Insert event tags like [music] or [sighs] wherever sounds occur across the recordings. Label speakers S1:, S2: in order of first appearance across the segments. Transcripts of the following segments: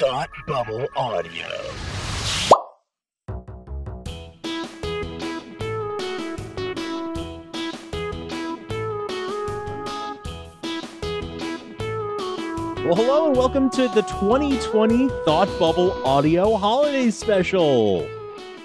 S1: Thought Bubble Audio.
S2: Well, hello and welcome to the 2020 Thought Bubble Audio Holiday Special.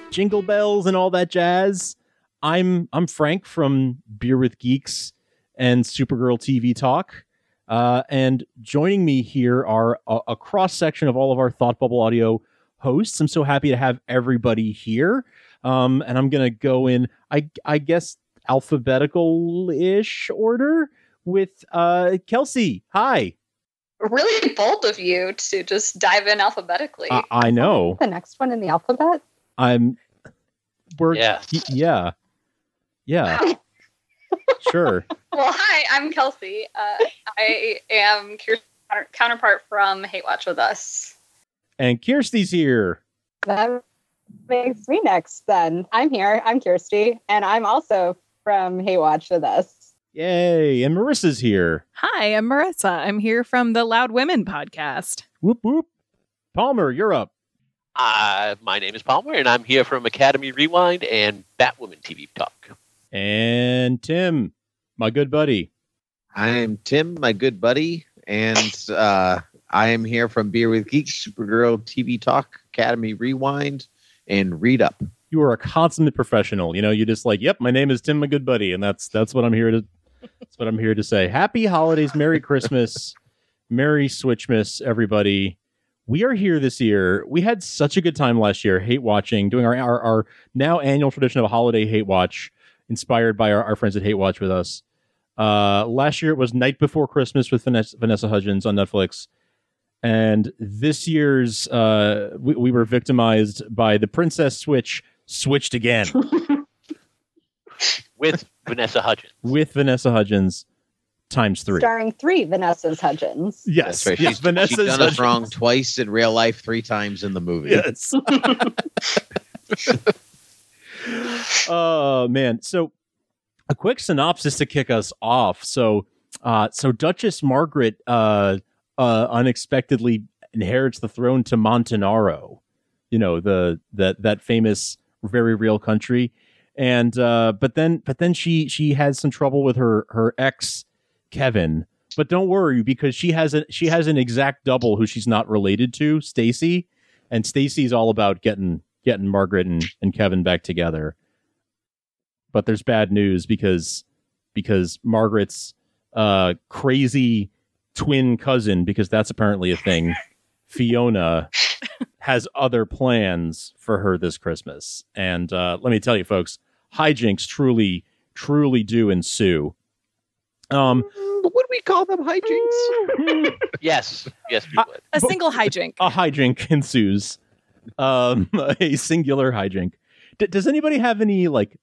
S2: Jingle bells and all that jazz. I'm I'm Frank from Beer with Geeks and Supergirl TV Talk, uh, and joining me here are a, a cross section of all of our Thought Bubble Audio hosts. I'm so happy to have everybody here, um, and I'm gonna go in I I guess alphabetical ish order with uh, Kelsey. Hi.
S3: really bold of you to just dive in alphabetically.
S4: Uh,
S2: I, I know.
S5: the next one in the alphabet?
S2: I'm. We're
S6: Yeah.
S2: y- yeah, yeah. sure.
S3: well, hi, I'm Kelsey. Uh, I am Kirsten's counter- counterpart from Hate Watch with Us.
S2: And Kirsty's here.
S5: That makes me next then. I'm here. I'm Kirsty, and I'm also from Hey Watch with us.
S2: Yay! And Marissa's here.
S7: Hi, I'm Marissa. I'm here from the Loud Women podcast.
S2: Whoop whoop. Palmer, you're up.
S6: Uh, my name is Palmer, and I'm here from Academy Rewind and Batwoman TV Talk.
S2: And Tim, my good buddy.
S4: I am Tim, my good buddy, and uh, I am here from Beer with Geeks, Supergirl TV Talk, Academy Rewind, and Read Up.
S2: You are a consummate professional. You know, you just like, yep, my name is Tim, my good buddy, and that's that's what I'm here to. That's what I'm here to say. Happy holidays, Merry Christmas, Merry Switchmas, everybody. We are here this year. We had such a good time last year, hate watching, doing our our, our now annual tradition of a holiday hate watch, inspired by our, our friends at Hate Watch with us. Uh, last year it was Night Before Christmas with Vanessa, Vanessa Hudgens on Netflix, and this year's uh, we, we were victimized by the Princess Switch switched [laughs] again.
S6: with Vanessa Hudgens.
S2: with Vanessa Hudgens times three.
S5: Starring three Vanessa's Hudgens.
S2: yes,
S4: That's right.
S2: yes,
S4: she's,
S2: Vanessa
S4: she's done
S2: Hudgens.
S4: us wrong twice in real life, three times in the movie.
S2: Yes. [laughs] oh man! So, a quick synopsis to kick us off. So, uh, so Duchess Margaret uh, uh, unexpectedly inherits the throne to Montanaro. You know the that that famous very real country, and uh, but then but then she she has some trouble with her her ex Kevin. But don't worry because she has a she has an exact double who she's not related to, Stacy and Stacy's all about getting getting Margaret and, and Kevin back together. But there's bad news because because Margaret's uh, crazy twin cousin, because that's apparently a thing, Fiona has other plans for her this Christmas. And uh, let me tell you, folks, hijinks truly, truly do ensue. Um,
S4: Mm, Would we call them hijinks?
S6: Yes, yes, we would.
S7: A
S2: But-
S7: single hijink.
S2: a hijink [laughs] ensues. Um, [laughs] a singular hijink. D- does anybody have any like?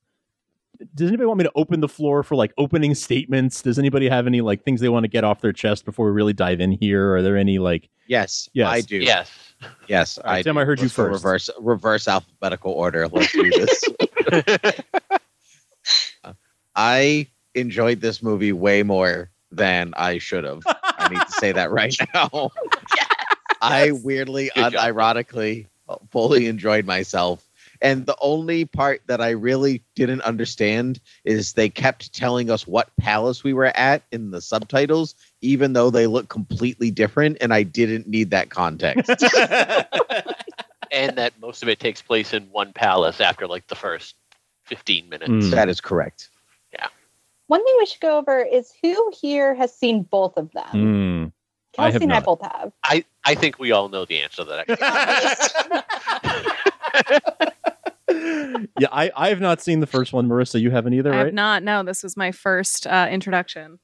S2: Does anybody want me to open the floor for like opening statements? Does anybody have any like things they want to get off their chest before we really dive in here? Are there any like?
S4: Yes,
S2: Yes.
S4: I do.
S6: Yes.
S4: Yes,
S2: All right,
S4: I
S2: Tim,
S4: do.
S2: I heard you
S4: Let's go
S2: first.
S4: Reverse, reverse alphabetical order. Let's do this.
S6: [laughs]
S4: Uh, I enjoyed this movie way more than I should have. I need to say that
S6: [laughs]
S4: right now. I weirdly,
S6: Good job.
S4: unironically, fully enjoyed myself. And the only part that I really didn't understand is they kept telling us what palace we were at in the subtitles, even though they look completely different. And I didn't need that context.
S6: [laughs] And that most of it takes place in one palace after like the first 15 minutes.
S2: Mm.
S4: that is correct.
S5: One thing we should go over is who here has seen both of them.
S2: Hmm. I have
S5: Kelsey and I
S2: not.
S5: both have.
S6: I, I think we all know the answer to that.
S2: [laughs]
S5: [laughs]
S2: yeah, I I have not seen the first one, Marissa. You haven't either,
S7: I have
S2: right?
S7: not. No, this was my first uh, introduction.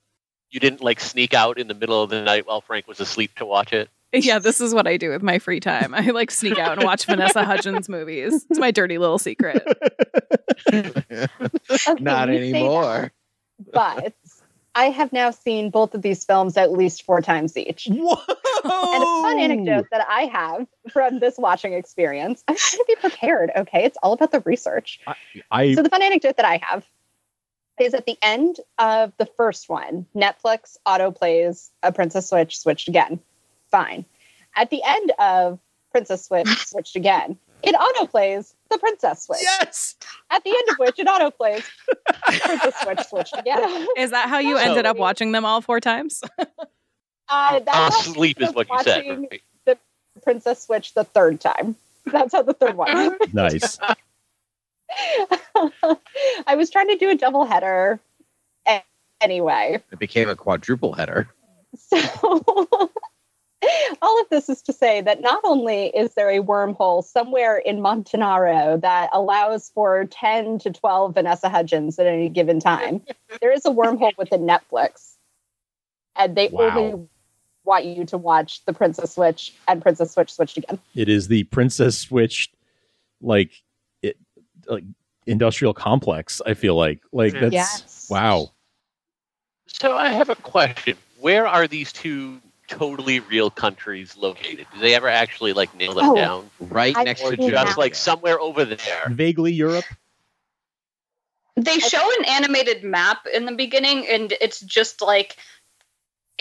S6: You didn't like sneak out in the middle of the night while Frank was asleep to watch it.
S7: Yeah, this is what I do with my free time. I like sneak out and
S5: [laughs]
S7: watch Vanessa Hudgens movies. It's my dirty little secret.
S5: Okay,
S4: [laughs] Not
S5: you say that,
S4: anymore.
S5: but I have now seen both of these films at least four times each.
S2: [laughs] Whoa!
S5: And a fun anecdote that I have from this watching experience. [laughs] I'm trying to be prepared, okay? It's all about the research.
S2: I
S5: So the fun anecdote that I have is at the end of the first one, Netflix auto plays a Princess Switch switched again. Fine. at the end of Princess Switch switched again. It autoplays the Princess Switch.
S2: [laughs] Yes.
S5: At the end of which it autoplays Princess Switch
S7: [laughs]
S5: switched again.
S7: Is that how you
S6: So-
S7: ended up watching them all four times?
S5: Uh,
S6: I'll
S5: that's how
S6: Ah, sleep is
S5: was
S6: what you said.
S5: watching-
S6: right?
S5: Princess Switch the third time. That's how the third
S2: [laughs]
S5: one. [laughs]
S2: Nice.
S5: I was trying to do a double header a- anyway.
S4: It became a quadruple header.
S5: So [laughs] all of this is to say that not only is there a wormhole somewhere in Montanaro that allows for 10 to 12 Vanessa Hudgens at any given time, there is a wormhole within Netflix. And they
S2: Wow.
S5: only want you to watch The Princess Switch and Princess Switch switched again.
S2: It is the Princess Switch, like it, like industrial complex. I feel like like
S6: Yeah.
S2: that's
S5: Yes.
S2: wow.
S6: So I have a question. Where are these two totally real countries located? Do they ever actually like nail them
S5: Oh.
S6: down?
S4: Right
S5: I
S4: next
S6: Or
S4: to
S5: think
S4: Georgia.
S6: just like somewhere over there?
S2: Vaguely Europe.
S3: They show an animated map in the beginning, and it's just like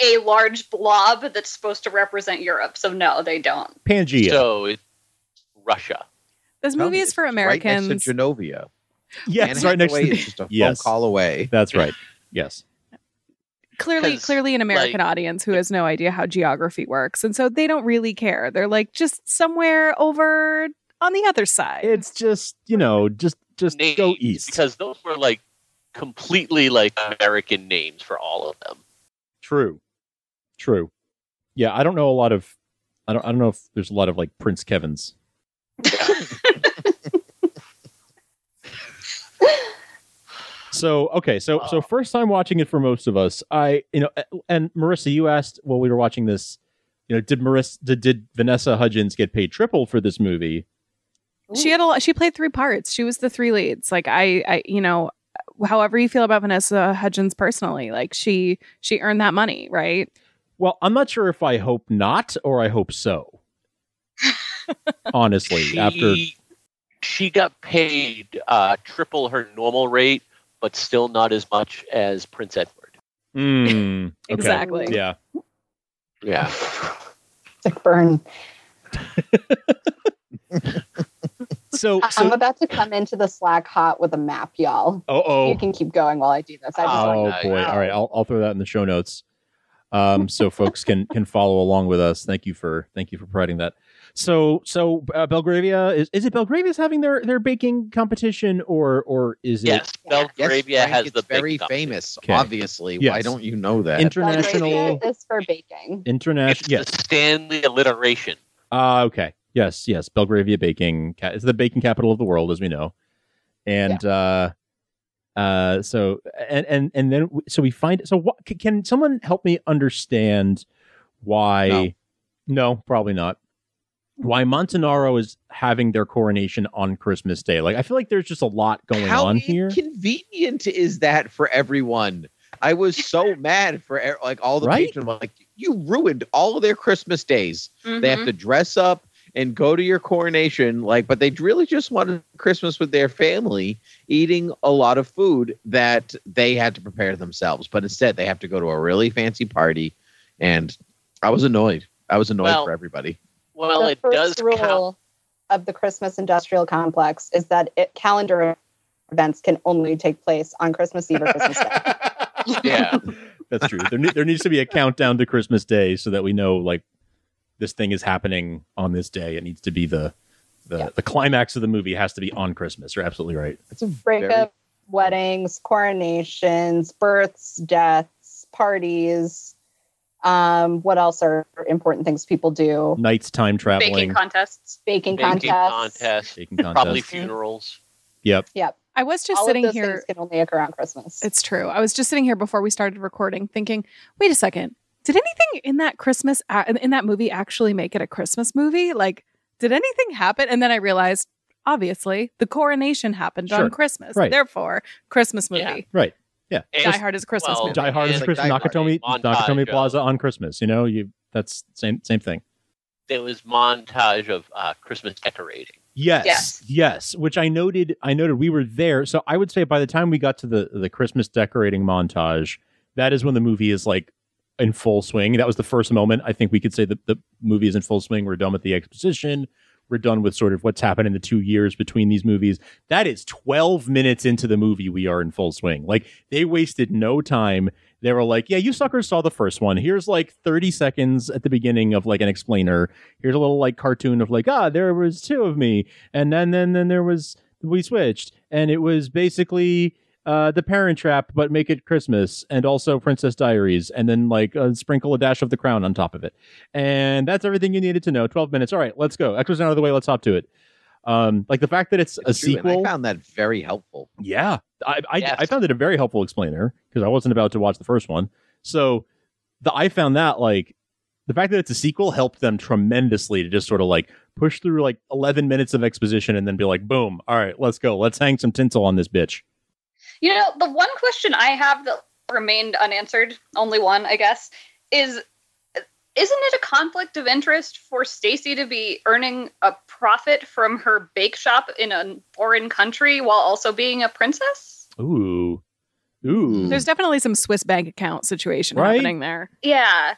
S3: a large blob that's supposed to represent Europe. So no, they don't.
S2: Pangea.
S6: So it's Russia.
S7: This
S4: Tell me,
S7: movie is
S4: it's
S7: for Americans.
S4: Right next to Genovia.
S2: yes,
S4: Anne
S2: right next to
S4: Hathaway
S2: the,
S4: is just a
S2: Yes.
S4: phone call away.
S6: [laughs]
S2: That's right. Yes.
S7: clearly
S6: 'Cause,
S7: clearly an american audience who has no idea how geography works and so they don't really care they're like just somewhere over on the other side
S2: It's just, you know, just just
S6: Names,
S2: go east.
S6: Because those were like completely like American names for all of them.
S2: True. True. Yeah, I don't know a lot of I don't I don't know if there's a lot of like Prince
S6: [laughs]
S2: Kevin's. so okay, so so first time watching it for most of us. I you know and Marissa, you asked while we were watching this, you know, did Marissa did, did Vanessa Hudgens get paid triple for this movie?
S7: she had a lot she played three parts she was the three leads like i i you know however you feel about vanessa hudgens personally like she she earned that money right
S2: Well, I'm not sure if I hope not or I hope so. Honestly, after
S6: she, she got paid uh, triple her normal rate, but still not as much as Prince Edward.
S2: Mm, okay.
S7: exactly
S2: Yeah.
S6: Yeah.
S5: Sick burn.
S2: So,
S5: I'm
S2: so
S5: about to come into the Slack hot with a map, y'all.
S2: oh,
S5: You
S2: oh,
S5: can keep going while I do this. I just
S6: Oh.
S5: want
S2: oh
S6: like that.
S2: boy. All right, I'll, I'll throw that in the show notes, um, so folks can can follow along with us. Thank you for thank you for providing that. So, so uh, Belgravia is is it Belgravia's having their their baking competition or or is it
S6: Yes, Belgravia
S4: Frank,
S6: has
S4: it's
S6: the big
S4: very
S6: stuff.
S4: famous.
S2: Okay.
S4: Obviously, why
S2: Yes.
S4: don't you know that?
S2: international
S5: This for baking.
S6: It's
S2: international? Yes.
S6: the Stanley alliteration.
S2: Ah, okay. Yes, yes. Belgravia baking ca- is the baking capital of the world, as we know, and uh, uh, so and and and then w- so we find. So what c- can someone help me understand why? No, probably not. Why Montanaro is having their coronation on Christmas Day? Like, I feel like there's just a lot going
S4: How
S2: on here.
S4: inconvenient is that for everyone? I was so mad for e- like all the
S2: Right?
S4: patrons. I'm like, you ruined all of their Christmas days.
S5: Mm-hmm.
S4: They
S7: Mm-hmm.
S4: have to dress up and go to your coronation, like, but they really just wanted Christmas with their family, eating a lot of food that they had to prepare themselves. But instead, they have to go to a really fancy party, and I was annoyed. I was annoyed
S6: Well,
S4: for everybody.
S6: Well,
S5: the
S6: it
S5: first
S6: does
S5: rule [laughs]
S6: count.
S5: of the Christmas industrial complex is that it, calendar events can only take place on Christmas Eve or
S2: [laughs]
S5: Christmas Day.
S6: Yeah.
S2: That's true. There, ne- there needs to be a countdown to Christmas Day so that we know like this thing is happening on this day. It needs to be the the,
S5: Yeah.
S2: the climax of the movie has to be on Christmas. You're absolutely right.
S4: That's a very-
S5: Breakup, weddings, coronations, births, deaths, parties. Um, what else are important things people do?
S2: Nights time
S3: Baking
S2: traveling,
S3: contests.
S5: Baking,
S6: Baking
S5: contests.
S6: contest,
S2: baking
S6: probably
S2: contest.
S6: funerals.
S7: i was just
S5: All
S7: sitting
S5: of those
S7: here
S5: things can only occur on Christmas.
S7: It's true. I was just sitting here before we started recording thinking, wait a second. Did anything in that Christmas a- in that movie actually make it a Christmas movie? Like did anything happen? And then I realized obviously the coronation happened
S2: Sure.
S7: on Christmas.
S2: Right.
S7: Therefore, Christmas movie.
S6: Yeah.
S2: Right.
S7: Die Hard is a Christmas
S6: well,
S7: movie.
S2: Die Hard is
S4: Like
S2: Christmas.
S4: Die Hard.
S2: Nakatomi
S6: Montage
S2: Nakatomi
S6: of-
S2: Plaza on Christmas. You know, you that's same same thing.
S6: There was montage of uh, Christmas decorating.
S2: Yes, yes,
S3: Yes.
S2: Which I noted. I noted we were there. So I would say by the time we got to the the Christmas decorating montage, that is when the movie is like in full swing. That was the first moment. I think we could say that the movie is in full swing. We're done with the exposition. We're done with sort of what's happened in the two years between these movies. That is 12 minutes into the movie. We are in full swing. Like they wasted no time. They were like, yeah, you suckers saw the first one. Here's like 30 seconds at the beginning of like an explainer. Here's a little like cartoon of like, ah, there was two of me. And then, then, then there was, we switched. And it was basically, uh, the Parent Trap, but make it Christmas, and also Princess Diaries, and then like uh, sprinkle a dash of The Crown on top of it, and that's everything you needed to know. Twelve minutes. All right, let's go. Extras out of the way. Let's hop to it. Um, like the fact that it's, a
S4: True, and
S2: sequel.
S4: I found that very helpful.
S2: yeah, I I,
S6: Yes.
S2: I found it a very helpful explainer because I wasn't about to watch the first one. So the I found that like the fact that it's a sequel helped them tremendously to just sort of like push through like eleven minutes of exposition and then be like, boom, all right, let's go. Let's hang some tinsel on this bitch.
S3: You know, the one question I have that remained unanswered, only one, I guess, is isn't it a conflict of interest for Stacy to be earning a profit from her bake shop in a foreign country while also being a princess?
S2: Ooh, ooh.
S7: There's definitely some Swiss bank account situation
S2: Right?
S7: happening there.
S3: Yeah.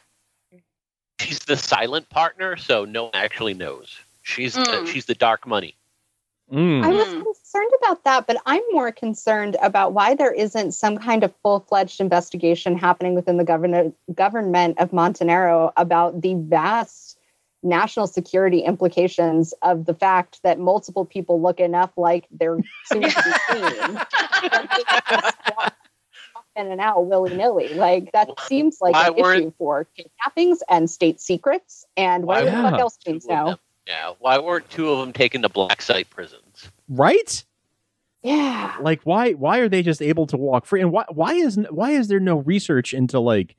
S6: She's the silent partner, so no one actually knows. She's
S3: Mm.
S6: the, she's the dark money.
S2: Mm.
S5: I was
S6: Hmm.
S3: Mhm.
S5: concerned about that, but I'm more concerned about why there isn't some kind of full fledged investigation happening within the governor- government of Montenegro about the vast national security implications of the fact that multiple people look enough like they're soon to
S6: [laughs]
S5: be seen. And they just walk in and out willy nilly. Like, that seems like
S6: Why
S5: an
S6: weren't-
S5: issue for kidnappings and state secrets and
S6: Why
S5: whatever the fuck
S2: weren't
S5: else
S6: Two
S5: we
S6: of
S5: know.
S6: them. Yeah. Why weren't two of them taken to black site prisons?
S2: right
S5: Yeah.
S2: like why why are they just able to walk free and why why is why is there no research into like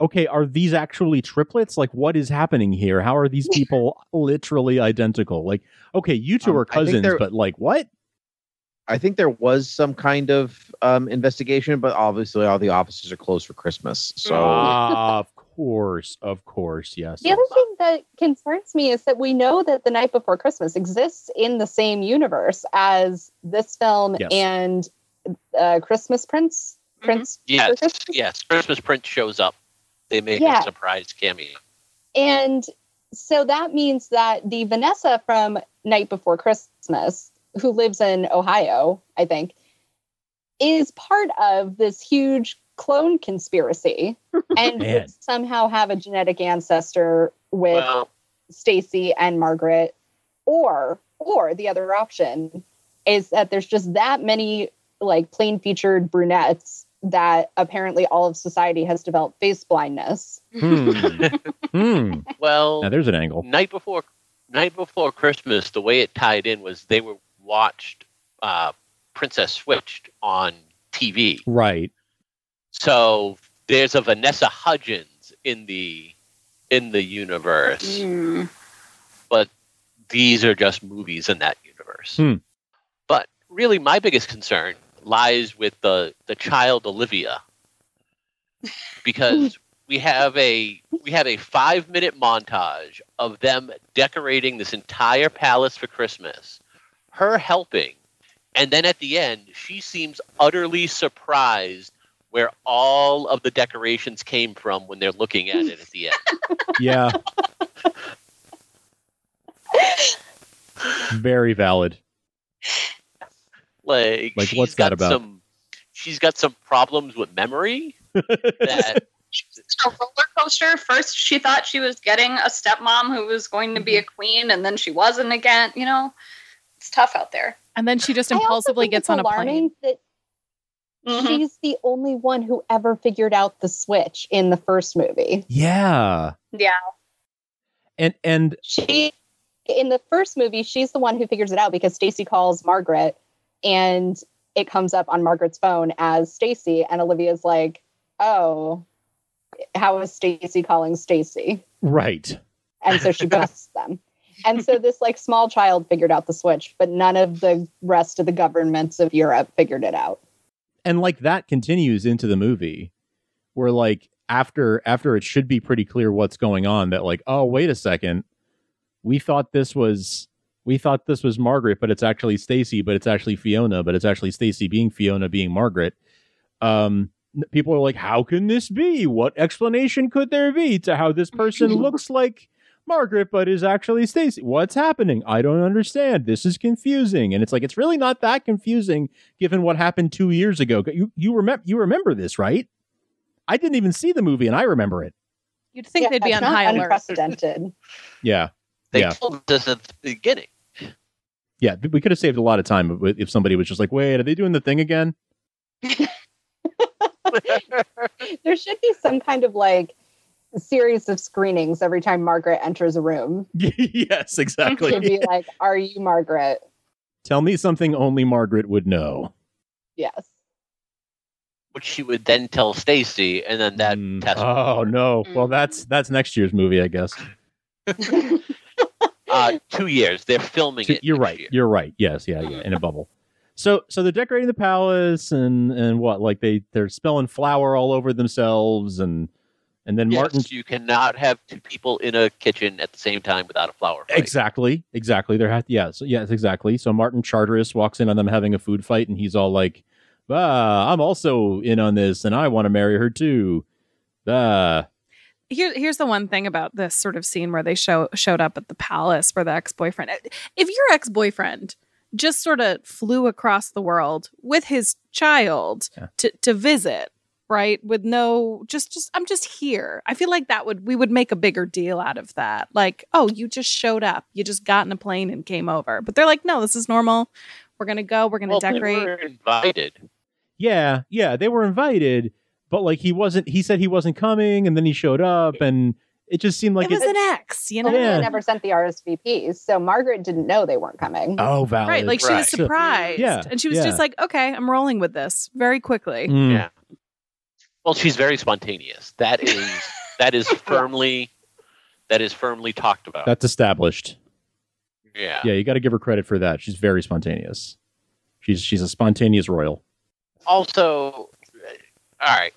S2: okay are these actually triplets like what is happening here how are
S4: [laughs]
S2: these people literally identical like okay you two
S4: Um,
S2: are
S4: I think
S2: cousins
S4: they're-
S2: but like what
S4: I think there was some kind of um, investigation, but obviously all the offices are closed for Christmas. So [laughs]
S2: Ah, of course of course yes
S5: The other thing that concerns me is that we know that The Night Before Christmas exists in the same universe as this film
S2: Yes.
S5: and uh, Christmas Prince.
S3: Mhm.
S5: Prince. for
S6: Yes,
S5: Christmas.
S6: yes. Christmas Prince shows up. They make
S5: Yeah.
S6: a surprise cameo.
S5: And so that means that the Vanessa from Night Before Christmas, who lives in Ohio, I think, is part of this huge clone conspiracy and
S2: Man.
S5: would somehow have a genetic ancestor with
S6: Well,
S5: Stacy and Margaret, or or the other option is that there's just that many like plain featured brunettes that apparently all of society has developed face blindness.
S2: Hmm. Hmm.
S6: well.
S2: now there's an angle
S6: night before night before Christmas, the way it tied in was they were watched uh, Princess Switched on TV.
S2: right
S6: So there's a Vanessa Hudgens in the in the universe.
S3: Mm.
S6: These are just movies in that universe.
S2: Hmm.
S6: But really, my biggest concern lies with the the child Olivia, because we have a we have a five minute montage of them decorating this entire palace for Christmas, her helping, and then at the end she seems utterly surprised where all of the decorations came from when they're looking at it at the end.
S2: yeah
S4: [laughs]
S2: very valid
S6: Like,
S2: Like,
S6: she's
S2: what's that
S6: got
S2: about?
S6: Some, she's got some problems with
S2: [laughs]
S6: memory. that
S3: A roller coaster. First, she thought she was getting a stepmom who was going to be a queen, and then she wasn't again. You know, it's tough out there.
S7: And then she just
S5: I also
S7: impulsively
S5: think
S7: gets
S5: it's
S7: on a plane.
S5: alarming That
S3: Mhm.
S5: She's the only one who ever figured out the switch in the first movie.
S2: yeah
S3: Yeah.
S2: and and
S5: She in the first movie, she's the one who figures it out because Stacy calls Margaret and it comes up on Margaret's phone as Stacy and Olivia's like, "Oh, how is Stacy calling Stacy?"
S2: right
S5: And so
S7: [laughs]
S5: she busts them. And so this like small child figured out the switch, but none of the rest of the governments of Europe figured it out.
S2: and like that continues into the movie where like after after it should be pretty clear what's going on that like oh wait a second we thought this was we thought this was margaret but it's actually stacy but it's actually fiona but it's actually stacy being fiona being margaret um people are like, how can this be? What explanation could there be to how this person looks like Margaret but is actually Stacy? What's happening? I don't understand. This is confusing. And it's like it's really not that confusing given what happened 2 years ago. You you remember you remember this, right? I didn't even see the movie and I remember it.
S7: You'd think they'd be
S5: it's
S7: on
S5: not
S7: high alert.
S5: Unprecedented.
S2: Yeah.
S6: They
S2: Yeah.
S6: told us at the beginning.
S2: Yeah, we could have saved a lot of time if- if somebody was just like, "Wait, are they doing the thing again?" [laughs]
S5: there should be some kind of like series of screenings every time Margaret enters a room.
S2: yes,
S5: To [laughs]
S2: exactly.
S5: be like, are you Margaret?
S2: Tell me something only Margaret would know.
S5: Yes.
S6: which she would then tell Stacy, and then that
S2: Mm.
S6: test.
S2: Oh no! Well, that's that's next year's movie, I guess.
S6: Uh, two years. They're filming
S2: So
S6: it.
S2: you're
S6: next
S2: right.
S6: year.
S2: You're right. Yes. Yeah. Yeah. In a bubble. So so they're decorating the palace and and what like they they're spilling flour all over themselves and and then
S6: Yes,
S2: Martin
S6: you cannot have two people in a kitchen at the same time without a flower. fight.
S2: exactly exactly there has yeah so yes exactly so Martin Charteris walks in on them having a food fight and he's all like ah I'm also in on this and I want to marry her too ah
S7: Here, here's the one thing about this sort of scene where they show showed up at the palace for the ex boyfriend. If your ex boyfriend just sort of flew across the world with his child
S2: Yeah.
S7: to to visit, right? With no, just just I'm just here. I feel like that would we would make a bigger deal out of that. Like, oh, you just showed up. You just got in a plane and came over. But they're like, no, this is normal. We're gonna go. We're gonna
S6: Well, they
S7: decorate.
S6: were invited.
S2: Yeah, yeah, they were invited, but like he wasn't. He said he wasn't coming, and then he showed up, and it just seemed like
S7: it was
S2: it- Oh,
S7: an ex, you know.
S5: Well,
S2: Yeah.
S5: they never sent the RSVPs, so Margaret didn't know they weren't coming.
S2: oh, valid.
S7: Right, like she was
S6: Right.
S7: surprised.
S2: Yeah,
S7: And she was
S2: yeah.
S7: just like, okay, I'm rolling with this very quickly.
S2: Mm,
S6: Yeah. Well, she's very spontaneous. That is
S2: [laughs]
S6: that is firmly that is firmly talked about.
S2: mm, that's established.
S6: yeah.
S2: Yeah, you got to give her credit for that. She's very spontaneous. She's she's a spontaneous royal.
S6: Also, uh, all right.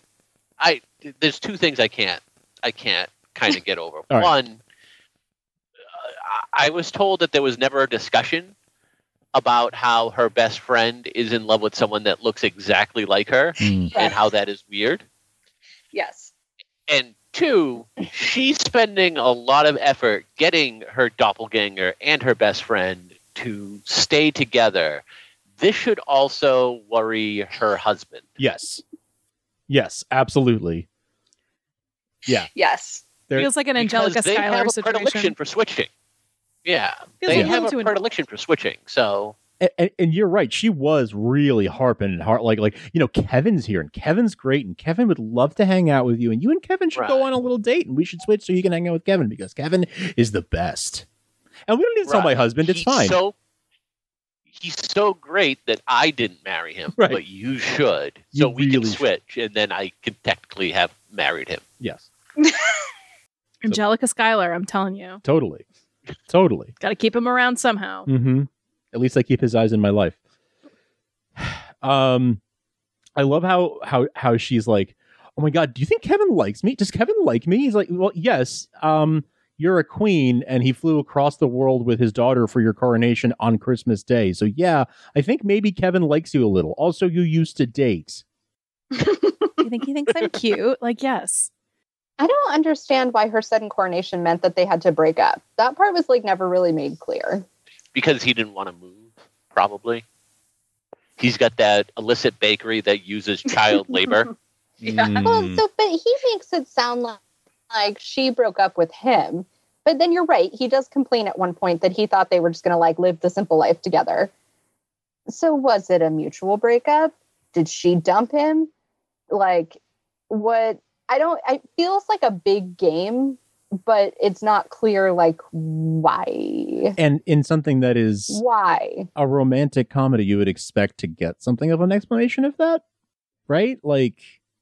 S6: I there's two things I can't I can't kind of get over.
S2: right.
S6: One, uh, I I was told that there was never a discussion about how her best friend is in love with someone that looks exactly like her
S2: Mm.
S6: and how that is weird.
S3: yes.
S6: and two, she's spending a lot of effort getting her doppelganger and her best friend to stay together. This should also worry her husband.
S2: Yes, yes, absolutely.
S3: Yes.
S2: There-
S7: Feels like an Angelica
S6: because they have
S7: Schuyler
S6: a
S7: situation.
S6: predilection for switching. Yeah,
S7: Feels
S6: they
S7: like
S6: have
S7: home
S6: a
S7: to an-
S6: predilection for switching. So
S2: And, and, and you're right. She was really harping and heart like like you know Kevin's here and Kevin's great and Kevin would love to hang out with you and you and Kevin should go
S6: Right.
S2: on a little date and we should switch so you can hang out with Kevin because Kevin is the best. And we don't need to tell my
S6: Right.
S2: husband. It's
S6: he's
S2: fine.
S6: So he's so great that I didn't marry him,
S2: Right.
S6: but you should.
S2: You
S6: So we
S2: really
S6: can
S2: should.
S6: switch, and then I could technically have married him.
S2: yes,
S7: Angelica Schuyler, I'm telling you.
S2: totally, totally.
S7: Got to keep him around somehow.
S2: Mm-hmm. At least I keep his eyes in my life. [sighs] Um, I love how how how she's like, oh my god, do you think Kevin likes me? Does Kevin like me? He's like, well, yes. Um, you're a queen, and he flew across the world with his daughter for your coronation on Christmas Day. So yeah, I think maybe Kevin likes you a little. Also, you used to date. Mm.
S7: You think he thinks I'm cute? Like, yes.
S5: I don't understand why her sudden coronation meant that they had to break up. That part was like never really made clear.
S6: because he didn't want to move probably he's got that illicit bakery that uses
S7: [laughs]
S6: child labor
S3: Yeah.
S5: Well,
S4: Mm-hmm.
S2: Hmm.
S5: so but he makes it sound like, like she broke up with him. But then you're right. He does complain at one point that he thought they were just going to like live the simple life together. So was it a mutual breakup? Did she dump him? Like what I don't it feels like a big game, but it's not clear like why.
S2: And in something that is
S5: Why?
S2: a romantic comedy, you would expect to get something of an explanation of that, right? Like,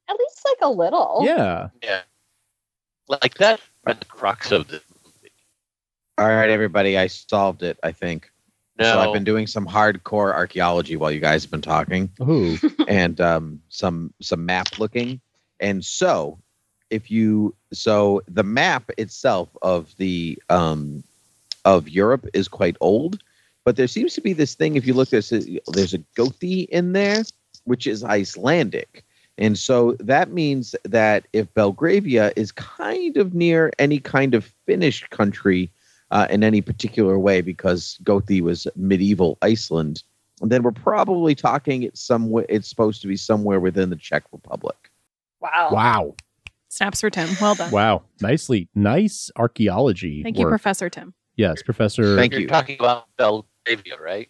S5: At least like a little.
S2: yeah.
S6: yeah like that at the crux of the
S4: All right, everybody, I solved it. I think. So I've
S6: no
S4: been doing some hardcore archaeology while you guys have been talking,
S2: Who?
S4: and um, some some map looking. And so, if you so the map itself of the um, of Europe is quite old, but there seems to be this thing. If you look, there's a, there's a Gothi in there, which is Icelandic, And so that means that if Belgravia is kind of near any kind of Finnish country uh, in any particular way, because Gothi was medieval Iceland, then we're probably talking it's somewhere. It's supposed to be somewhere within the Czech Republic.
S3: Wow.
S2: Wow.
S7: Snaps for Tim. Well done.
S2: Wow. Nicely. Nice archaeology.
S7: Thank you,
S2: work.
S7: Professor Tim.
S2: Yes, Professor.
S4: Thank
S6: You're
S4: you.
S6: talking about Belgravia, right?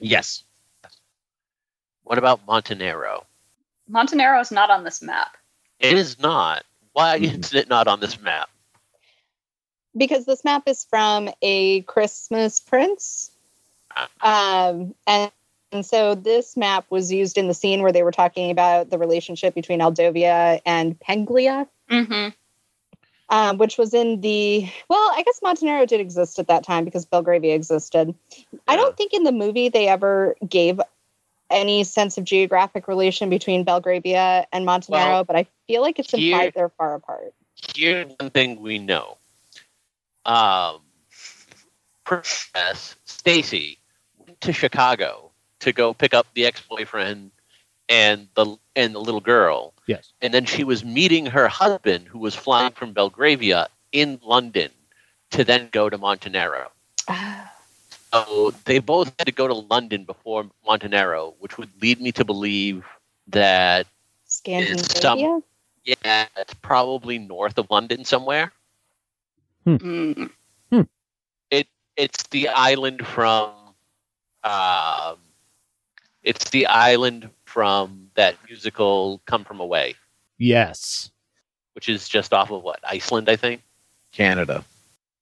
S4: Yes.
S6: What about Montenegro?
S3: Montenegro is not on this map.
S6: It is not. Why
S4: Mhm.
S6: is it not on this map?
S5: because this map is from a Christmas Prince. Um, and, and so this map was used in the scene where they were talking about the relationship between Aldovia and Penglia,
S3: Mm-hmm.
S5: um, which was in the, well, I guess Montenegro did exist at that time because Belgravia existed. I don't think in the movie they ever gave any sense of geographic relation between Belgravia and Montenegro,
S6: Well,
S5: but I feel like it's
S6: here-
S5: implied they're
S6: [sighs]
S5: far apart.
S6: Here's one thing we know. Um, Princess Stacy went to Chicago to go pick up the ex-boyfriend and the and the little girl,
S2: Yes.
S6: and then she was meeting her husband, who was flying from Belgravia in London, to then go to Montenegro. So they both had to go to London before Montenegro, which would lead me to believe that
S5: Scandinavia?
S6: yeah, it's probably north of London somewhere.
S3: Mm.
S6: It's the island from, um, it's the island from that musical "Come From Away,"
S2: Yes.
S6: which is just off of what Iceland, I think.
S4: Canada.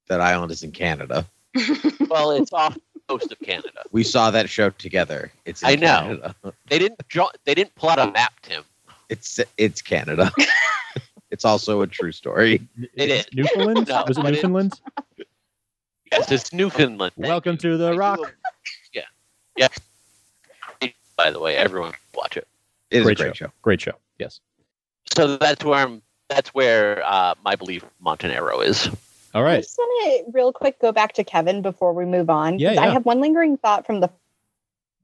S4: That island is in Canada.
S6: [laughs] Well, it's off the coast of Canada.
S4: We saw that show together. It's in
S6: I know.
S4: Canada. [laughs]
S6: They didn't draw. They didn't plot a map, Tim.
S4: It's it's Canada. [laughs] it's also a true story.
S6: It is. [laughs]
S2: Newfoundland?
S6: No,
S2: was it
S6: but it-
S2: Newfoundland?
S6: Yes, it's Newfoundland. Thank
S2: [laughs] Welcome
S6: you.
S2: to
S6: I
S2: the
S6: do
S2: rock.
S6: a- [laughs] yeah, yeah. By the way, everyone can watch it.
S4: It is
S2: Great
S4: a great show.
S2: Great show. Yes.
S6: So that's where I'm. That's where uh, my belief Montenegro is.
S2: All
S5: I
S2: right.
S5: just want to real quick go back to Kevin before we move on. 'cause
S2: Yeah,
S5: I
S2: yeah.
S5: have one lingering thought from the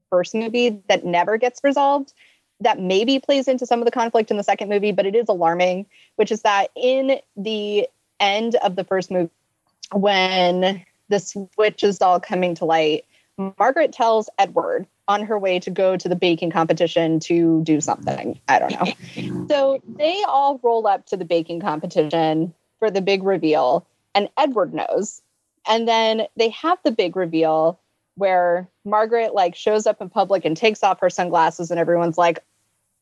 S5: first movie that never gets resolved that maybe plays into some of the conflict in the second movie, but it is alarming, which is that in the end of the first movie, when the switch is all coming to light, Margaret tells Edward on her way to go to the baking competition to do something. I don't know. So they all roll up to the baking competition for the big reveal, and Edward knows. And then they have the big reveal where Margaret like shows up in public and takes off her sunglasses, and everyone's like,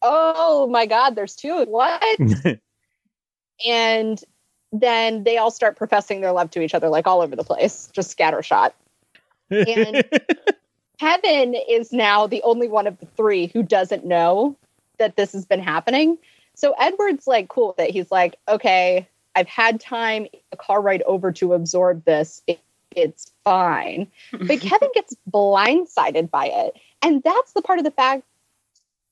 S5: "Oh my God, there's two! What?"
S2: Hmm. [laughs]
S5: and then they all start professing their love to each other, like all over the place, just scattershot. And- Kevin is now the only one of the three who doesn't know that this has been happening. So Edward's like cool with it. He's like, okay, I've had time in the car ride over to absorb this. It- it's fine. But Kevin gets blindsided by it. And that's the part of the fact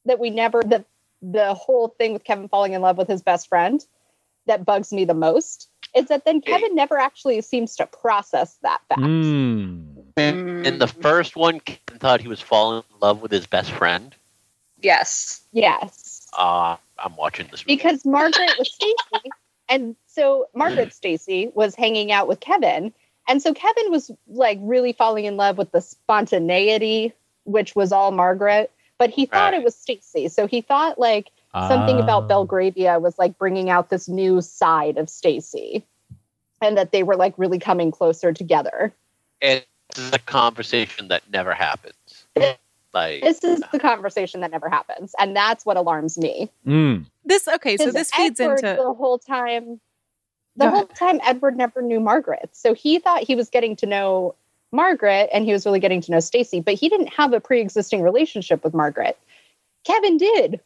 S5: that we never that the whole thing with Kevin falling in love with his best friend that bugs me the most is that then Kevin never actually seems to process that fact.
S2: Mm.
S6: In the first one, Ken thought he was falling in love with his best friend.
S3: yes.
S5: Yes.
S6: Uh, I'm watching this movie.
S5: because Margaret was Stacy, and so Margaret Stacy was hanging out with Kevin, and so Kevin was like really falling in love with the spontaneity, which was all Margaret, but he thought
S6: Right.
S5: it was Stacy, so he thought like something
S2: ah,
S5: about Belgravia was like bringing out this new side of Stacy, and that they were like really coming closer together.
S6: and this is a conversation that never happens. Like
S5: This is the conversation that never happens, and that's what alarms me.
S2: Mm.
S7: This okay, so
S5: Because
S7: this feeds
S5: Edward
S7: into
S5: the whole time.
S7: Go
S5: The
S7: ahead.
S5: whole time, Edward never knew Margaret, so he thought he was getting to know Margaret, and he was really getting to know Stacy. But he didn't have a pre-existing relationship with Margaret. Kevin did.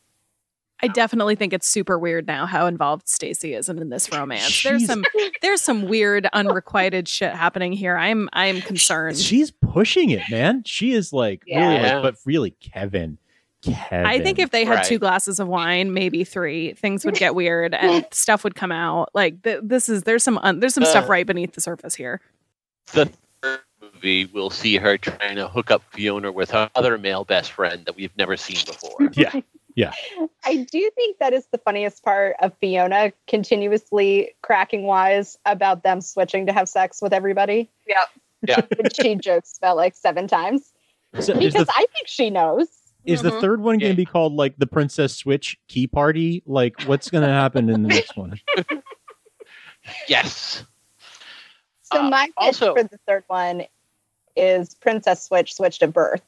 S7: I definitely think it's super weird now how involved Stacy is in this romance. There's
S2: She's-
S7: some there's some weird unrequited shit happening here. I'm I'm concerned.
S2: She's pushing it, man. She is like, really, like,
S6: Yeah.
S2: but really, Kevin. Kevin.
S7: I think if they had
S6: Right.
S7: two glasses of wine, maybe three, things would get weird and stuff would come out. Like th- this is there's some un- there's some stuff
S6: Uh.
S7: right beneath the surface here.
S6: the third movie, we'll see her trying to hook up Fiona with her other male best friend that we've never seen before.
S2: Yeah.
S5: I do think that is the funniest part of Fiona continuously cracking wise about them switching to have sex with everybody.
S3: Yep.
S6: Yeah.
S5: [laughs] Which she jokes about like seven times
S2: So is
S5: because
S2: the,
S5: I think she knows.
S2: is the
S3: Mhm.
S2: third one
S6: Yeah.
S2: going to be called like the Princess Switch Key Party? Like, what's going to happen in the
S6: [laughs]
S2: next one?
S6: Yes.
S5: So
S6: Uh,
S5: my pitch
S6: also-
S5: for the third one is Princess Switch switched at birth.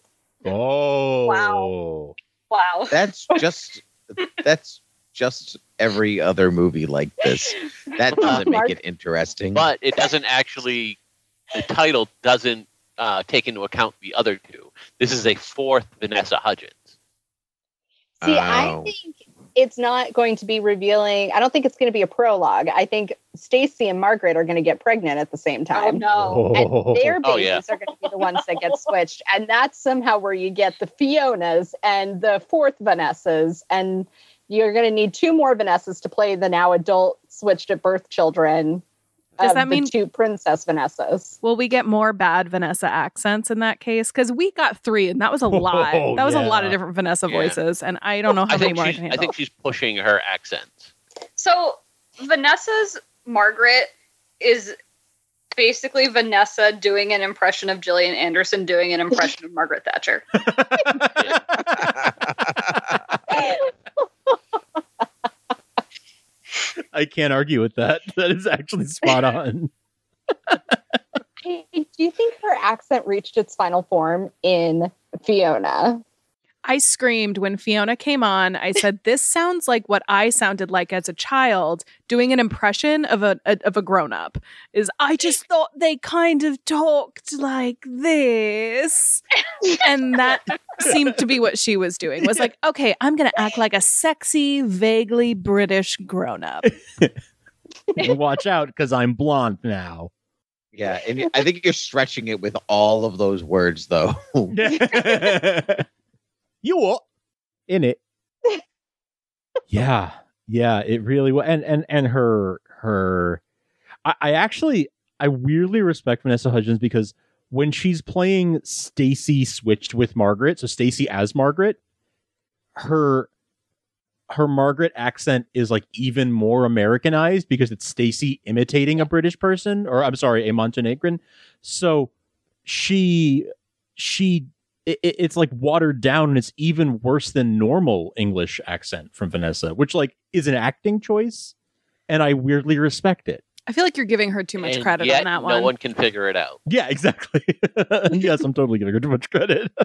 S2: Oh,
S3: Wow. Wow.
S4: That's just that's just every other movie like this. That doesn't make it interesting.
S6: but it doesn't actually the title doesn't uh, take into account the other two this is a fourth vanessa hudgens
S5: See,
S4: Oh.
S6: Um,
S5: I think it's not going to be revealing. I don't think it's going to be a prologue. I think Stacy and Margaret are going to get pregnant at the same
S3: Oh
S5: time.
S3: no.
S2: Oh.
S5: And their babies
S6: Oh, yeah.
S5: are going to be the ones that get switched. And that's somehow where you get the Fionas and the fourth Vanessas. And you're going to need two more Vanessas to play the now adult switched at birth children.
S7: Does
S5: of
S7: that
S5: the
S7: mean-
S5: two princess Vanessas?
S7: Will we get more bad Vanessa accents in that case? Because we got three, and that was
S6: [laughs]
S7: a lot.
S2: Oh,
S7: that was a lot
S2: yeah.
S7: of different Vanessa
S6: Yeah.
S7: voices, and I don't know how
S6: I
S7: many
S6: think,
S7: more I
S6: she's,
S7: can
S6: I
S7: handle.
S6: think she's pushing her accents
S3: So Vanessa's Margaret is basically Vanessa doing an impression of Gillian Anderson doing an impression of Margaret Thatcher.
S2: I can't argue with that. That is actually spot on.
S5: I do think her accent reached its final form in Fiona.
S7: I screamed when Fiona came on. I
S6: [laughs]
S7: said, "This sounds like what I sounded like as a child, doing an impression of a, a of a grown up." Is I
S6: [laughs]
S7: just thought they kind of talked like this, and that seemed to be what she was doing. Was like, "Okay, I'm going to act like a sexy, vaguely British grown up."
S2: Watch out, because I'm blonde now.
S4: yeah, and I think you're stretching it with all of those words though.
S2: you what? In it. yeah. Yeah, it really was. And and and her her I, I actually I weirdly respect Vanessa Hudgens because when she's playing Stacy switched with Margaret, so Stacy as Margaret, her her Margaret accent is like even more Americanized because it's Stacy imitating a British person, or I'm sorry, a Montenegrin. So she she it, it- it's like watered down and it's even worse than normal English accent from Vanessa, which like is an acting choice, and I weirdly respect it.
S7: I feel like you're giving her too much
S6: And
S7: credit
S6: yet
S7: on that
S6: no
S7: one.
S6: one can figure it out
S2: Yeah, [laughs] exactly. yes, I'm totally giving her too much credit. [laughs]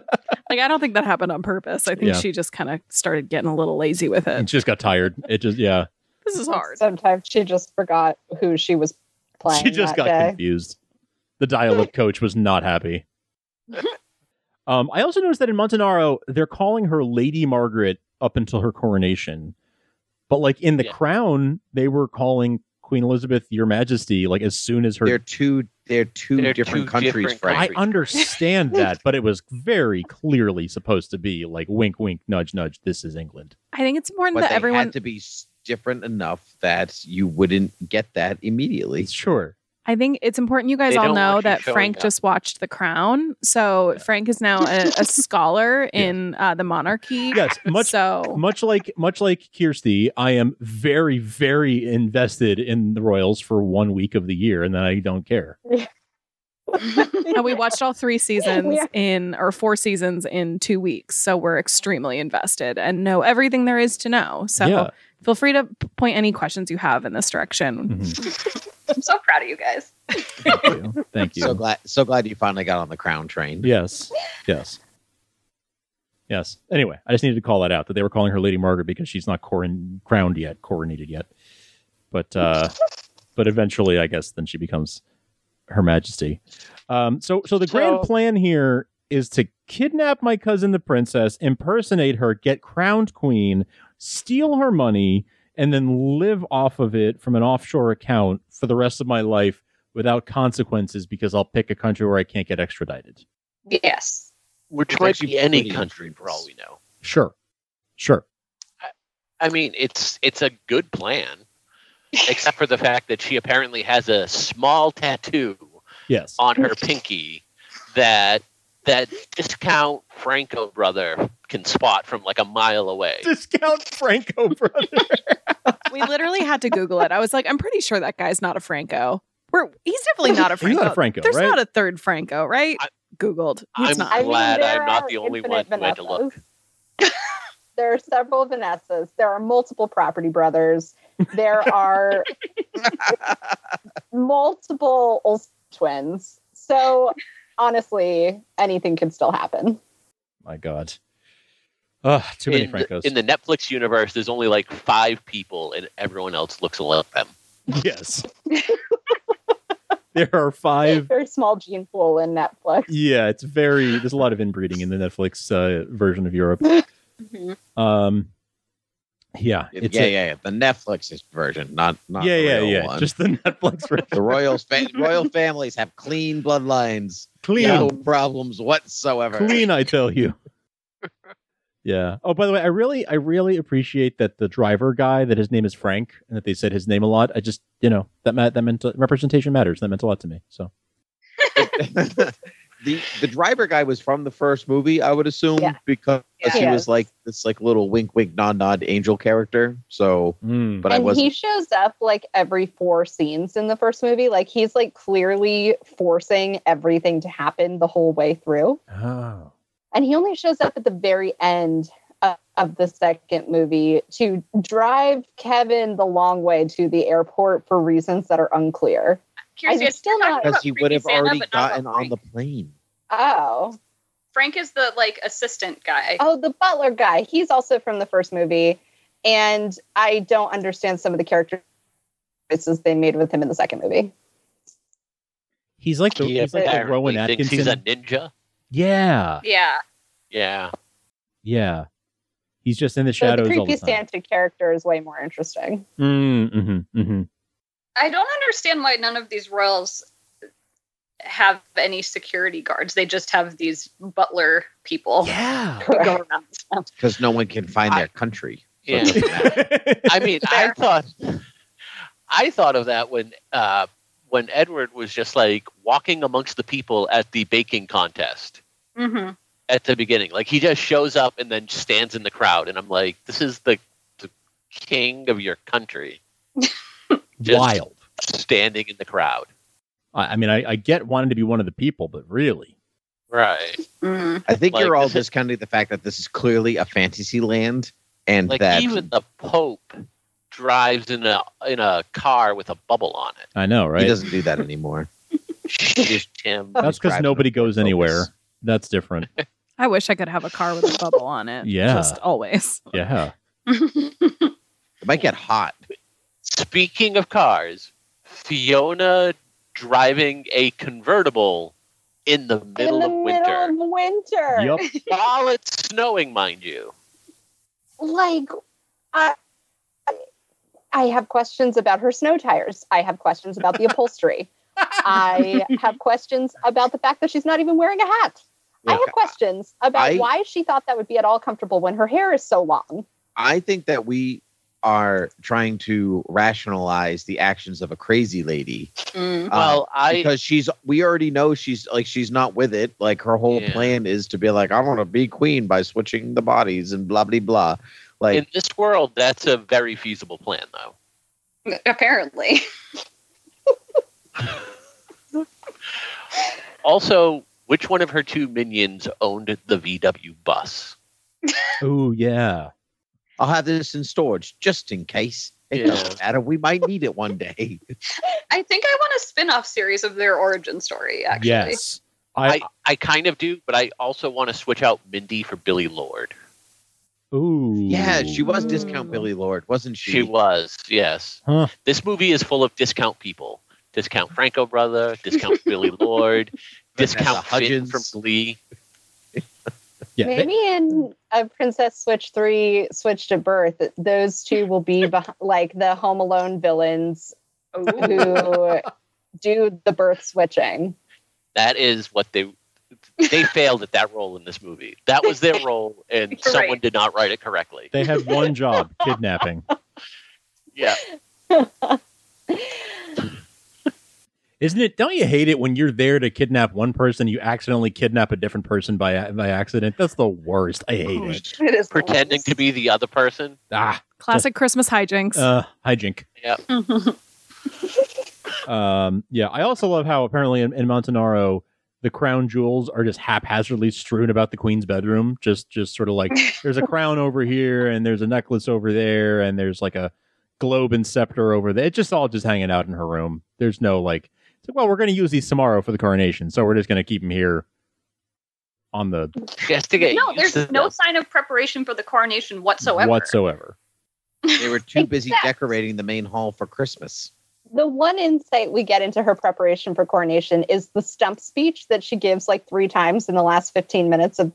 S7: Like, I don't think that happened on purpose. I think
S2: Yeah. Mm.
S7: she just kind of started getting a little lazy with
S2: She
S7: it.
S2: just got tired. It just yeah,
S7: This is hard.
S5: Sometimes she just forgot who she was playing.
S2: she just got
S5: that day.
S2: confused. The
S5: [laughs]
S2: dial-up coach was not happy. um, I also noticed that in Montanaro they're calling her Lady Margaret up until her coronation, but like in The
S6: Yeah.
S2: Crown, they were calling Queen Elizabeth Your Majesty like as soon as her
S4: they're two they're two
S6: They're
S4: different
S6: two
S4: countries,
S6: different
S4: Frank.
S2: I
S6: countries.
S5: [laughs]
S2: understand that, but it was very clearly supposed to be like wink, wink, nudge, nudge. This is England.
S7: I think it's important
S4: but
S7: that
S4: they
S7: everyone.
S4: had to be s- different enough that you wouldn't get that immediately.
S2: Sure.
S7: I think it's important you guys
S6: They
S7: all
S6: don't
S7: know
S6: want you
S7: that
S6: showing
S7: Frank
S6: up.
S7: just watched The Crown. So Frank is now a,
S6: [laughs]
S7: a scholar
S2: Yeah.
S7: in uh, the monarchy.
S2: Yes. Much,
S7: so
S2: much like, much like Kirsty, I am very, very invested in the Royals for one week of the year, and then I don't care.
S5: [laughs]
S7: and we watched
S6: [laughs]
S7: all three seasons
S5: Yeah.
S7: in or four seasons in two weeks. So we're extremely invested and know everything there is to know. So
S2: yeah.
S7: feel free to p- point any questions you have in this direction.
S2: Mhm.
S3: I'm so proud of you guys.
S2: Thank you. Mm-hmm. Thank you.
S4: So glad so glad you finally got on the crown train.
S2: Yes. Yes. Yes. Anyway, I just needed to call that out that they were calling her Lady Margaret because she's not coron- crowned yet, coronated yet. But uh but eventually I guess then she becomes her majesty. Um so so the grand
S6: So-
S2: plan here is to kidnap my cousin the princess, impersonate her, get crowned queen, steal her money and then live off of it from an offshore account for the rest of my life without consequences because I'll pick a country where I can't get extradited.
S3: Yes.
S6: which
S4: It's
S6: might
S4: actually
S6: be any
S4: pretty
S6: country for all we
S4: ingenious.
S6: know
S2: Sure. Sure.
S6: i mean it's it's a good plan except for the fact that she apparently has a small tattoo
S2: Yes. [laughs]
S6: on her pinky that that discount franco brother can spot from like a mile away.
S2: Discount [laughs] Franco brother.
S7: We literally had to Google it. I was like, I'm pretty sure that guy's not a Franco. We're, he's definitely not a
S2: He's
S7: Franco.
S2: not a Franco,
S7: There's
S2: right?
S7: not a third Franco, right?
S6: I-
S7: Googled. He's
S6: I'm-
S7: not.
S5: I
S6: glad
S5: mean, there
S6: I'm not
S5: are
S6: the only
S5: infinite
S6: one who had to look.
S5: Vanessas. [laughs] there are several Vanessas. There are multiple property brothers. There
S2: [laughs]
S5: are multiple Olsen twins. So honestly, anything could still happen.
S2: My God. Ugh, too many
S6: in, the,
S2: Francos.
S6: in the Netflix universe, there's only like five people, and everyone else looks like them.
S2: yes. there are five.
S5: Very small gene pool in Netflix.
S2: Yeah, it's very. There's a lot of inbreeding in the Netflix uh, version of Europe.
S5: Mm-hmm.
S2: Um, yeah, it's
S4: yeah,
S2: a-
S4: yeah, yeah. The Netflix version, not not
S2: yeah,
S4: the
S2: yeah,
S4: real
S2: yeah.
S4: one.
S2: Just the [laughs] Netflix version.
S4: the
S2: [laughs]
S4: royal fa- royal families have clean bloodlines,
S2: Clean,
S4: no problems whatsoever.
S2: clean, I tell you. Yeah. Oh, by the way, I really, I really appreciate that the driver guy, that his name is Frank, and that they said his name a lot. I just, you know, that ma- that meant representation matters. That meant a lot to me. So
S4: the [laughs] the driver guy was from the first movie, I would assume,
S5: Yeah.
S4: because
S5: Yeah.
S4: he was
S5: Yes.
S4: like this like little wink wink nod nod angel character. So but I
S5: and
S4: was
S5: he
S4: not
S5: shows up like every four scenes in the first movie. Like he's like clearly forcing everything to happen the whole way through.
S2: oh,
S5: and he only shows up at the very end of, of the second movie to drive Kevin the long way to the airport for reasons that are unclear.
S3: Curious,
S5: I'm
S3: yes,
S5: still
S3: you're talking
S5: not-
S4: because
S3: about
S4: he
S3: Freaky
S4: would have
S3: Santa,
S4: already
S3: but not about
S4: gotten on
S3: Frank.
S4: the plane.
S5: Oh,
S3: Frank is the like assistant guy.
S5: oh, the butler guy. He's also from the first movie, and I don't understand some of the character choices they made with him in the second movie.
S2: he's like the
S6: He
S2: he's like the
S6: apparently
S2: Rowan
S6: thinks
S2: Atkinson.
S6: He's a ninja.
S2: yeah,
S3: Yeah.
S6: Yeah.
S2: yeah. He's just in the
S5: So the
S2: shadows all
S5: creepy
S2: the time.
S5: Santa character is way more
S2: [laughs]
S5: interesting.
S2: Mm, hmm hmm
S3: I don't understand why none of these royals have any security guards. They just have these butler
S6: Oh.
S3: people
S2: Yeah. [laughs]
S3: who go around. town.
S4: Because no one can find
S6: [laughs]
S4: their country. So it
S6: Yeah.
S4: doesn't matter.
S6: I mean, I
S3: Fair.
S6: thought I thought of that when uh, when Edward was just like walking amongst the people at the baking contest
S3: Mhm.
S6: at the beginning. Like he just shows up and then stands in the crowd, and I'm like, this is the, the king of your country [laughs] Just-
S2: Wild.
S6: standing in the crowd.
S2: I, I mean, I, I get wanting to be one of the people, but really,
S6: Right.
S3: Mm.
S4: I think
S6: Like, [laughs]
S4: you're all
S6: this is-
S4: discounting the fact that this is clearly a fantasy land and
S6: Like
S4: that
S6: even the Pope drives in a in a car with a bubble on it.
S2: I know,
S4: he
S2: right?
S4: doesn't do
S2: [laughs]
S4: that anymore.
S6: Just him.
S2: That's because
S4: Driving
S2: nobody
S4: a Ford
S2: goes anywhere.
S4: Focus.
S2: That's
S6: [laughs]
S2: different.
S7: I wish I could have a car with a bubble on it.
S2: Yeah.
S7: Just always.
S2: Yeah.
S4: It might get hot.
S6: Speaking of cars, Fiona driving a convertible in the middle
S5: in the
S6: of
S5: middle
S6: winter
S5: of winter.
S2: Yup.
S6: while it's snowing, mind you.
S5: like I I have questions about her snow tires. I have questions about the upholstery. I have questions about the fact that she's not even wearing a hat. I
S4: Look,
S5: have questions about
S4: I-
S5: why she thought that would be at all comfortable when her hair is so long.
S4: I think that we are trying to rationalize the actions of a crazy lady.
S6: [laughs]
S4: uh,
S3: Mm.
S6: well, I
S4: because she's we already know she's like she's not with it. Like her whole
S6: Yeah.
S4: plan is to be like, I want to be queen by switching the bodies and blah blah blah. Like
S6: in this world, that's a very feasible plan, though.
S3: Apparently. [laughs]
S6: Also, which one of her two minions owned the VW bus?
S2: Oh yeah.
S4: I'll have this in storage just in case. It
S6: Yeah.
S4: doesn't matter. We might need it one day.
S3: I think I want a spin-off series of their origin story, actually.
S2: Yes. I,
S6: I, I kind of do, but I also want to switch out Mindy for Billy Lord.
S2: ooh.
S4: yeah, she was
S7: Ooh.
S4: discount Billy Lord, wasn't she?
S6: She was, yes.
S2: Huh.
S6: This movie is full of discount people. Discount Franco brother, discount Billy Lord,
S4: Vanessa
S6: discount Finn
S4: Hudgens.
S6: from Glee.
S2: Yeah. they-
S5: Maybe in a Princess Switch 3 Switch to Birth, those two will be beh- like the Home Alone villains
S3: Ooh. [laughs]
S5: who do the birth switching.
S6: That is what they they failed at that role in this movie. That was their role, and
S3: [laughs] Right.
S6: someone did not write it correctly.
S2: they have one job: kidnapping.
S6: Yeah,
S2: Isn't it? Don't you hate it when you're there to kidnap one person, you accidentally kidnap a different person by by accident? That's the worst. I
S5: Oh,
S2: hate it.
S3: It is
S6: pretending to be the other person.
S2: Ah,
S7: Classic Christmas hijinks.
S2: uh, hijink.
S3: to.
S2: [laughs] Um, yeah, I also love how apparently in, in Montanaro, the crown jewels are just haphazardly strewn about the queen's bedroom. Just, just sort of like there's a crown over here, and there's a necklace over there, and there's like a globe and scepter over there. It's just all just hanging out in her room. There's no like, it's like, well, we're going to use these tomorrow for the coronation, so we're just going to keep them here on the
S6: She has to get
S3: no,
S6: used
S3: there's
S6: to
S3: no
S6: this.
S3: sign of preparation for the coronation whatsoever.
S2: whatsoever.
S4: They were
S2: [laughs]
S4: too busy
S3: Exactly.
S4: decorating the main hall for Christmas.
S5: The one insight we get into her preparation for coronation is the stump speech that she gives like three times in the last 15 minutes of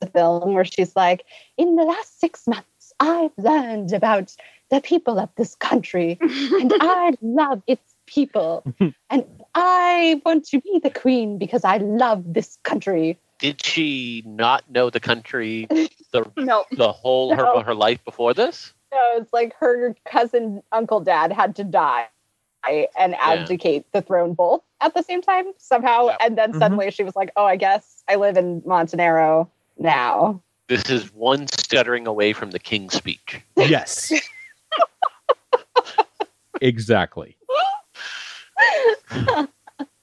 S5: the film, where she's like, In the last six months, I've learned about the people of this country
S3: [laughs]
S5: and I love its people. and I want to be the queen because I love this country.
S6: Did she not know the country the
S3: [laughs] no,
S6: the whole
S5: No.
S6: her her life before this?
S5: So it's like her cousin, uncle, dad had to die and abdicate the throne both at the same time somehow.
S6: Yeah.
S5: And then
S2: Mhm.
S5: suddenly she was like, oh, I guess I live in Montanaro now.
S6: This is one stuttering away from the king's speech.
S2: Yes, exactly.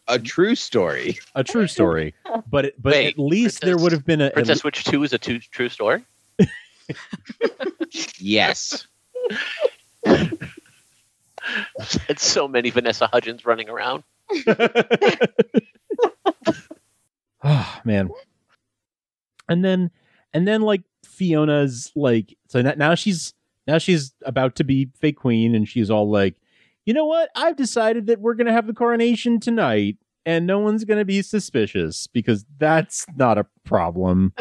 S4: A true story.
S2: A true story, but it, but
S6: Wait,
S2: at least there
S6: Princess-
S2: would have been a. at
S6: Princess Switch Two is a two, true story.
S4: [laughs] Yes.
S6: [laughs] Had so many Vanessa Hudgens running around.
S2: oh man and then and then like fiona's like so now, now she's now she's about to be fake queen and she's all like you know what i've decided that we're gonna have the coronation tonight and no one's gonna be suspicious because that's not a problem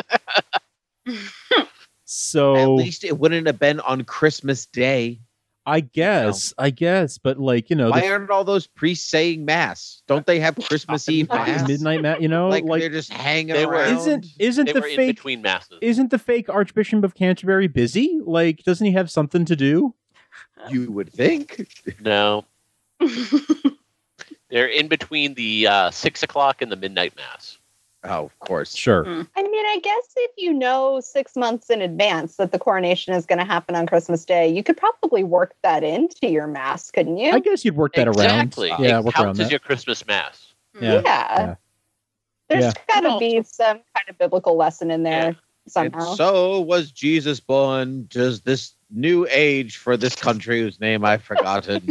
S4: At
S2: so
S4: least it wouldn't have been on Christmas Day.
S2: i guess i guess but like you know
S4: Why
S2: the
S4: aren't all those priests saying mass? Don't they have
S2: [laughs]
S4: Christmas Eve mass?
S2: midnight ma- you know
S4: like,
S2: like,
S4: they're just hanging
S6: They were-
S4: around.
S2: isn't isn't
S6: They
S2: the
S6: were in
S2: fake
S6: between masses.
S2: isn't the fake Archbishop of Canterbury busy? Like, doesn't he have something to do?
S4: you would think.
S2: [laughs]
S6: No, they're in between the uh, six o'clock and the midnight mass.
S4: Oh, of course.
S2: Sure.
S5: I mean, I guess if you know six months in advance that the coronation is going to happen on Christmas Day, you could probably work that into your mass, couldn't you?
S2: I guess you'd work that
S6: exactly.
S2: around. Yeah,
S6: it
S2: work
S6: counts
S2: around
S6: as
S2: that.
S6: your Christmas mass.
S2: yeah, yeah.
S5: There's
S2: Yeah.
S5: got to
S6: No.
S5: be some kind of biblical lesson in there
S6: Yeah.
S4: And
S5: somehow.
S4: so was Jesus born to this new age for this country whose name I've forgotten.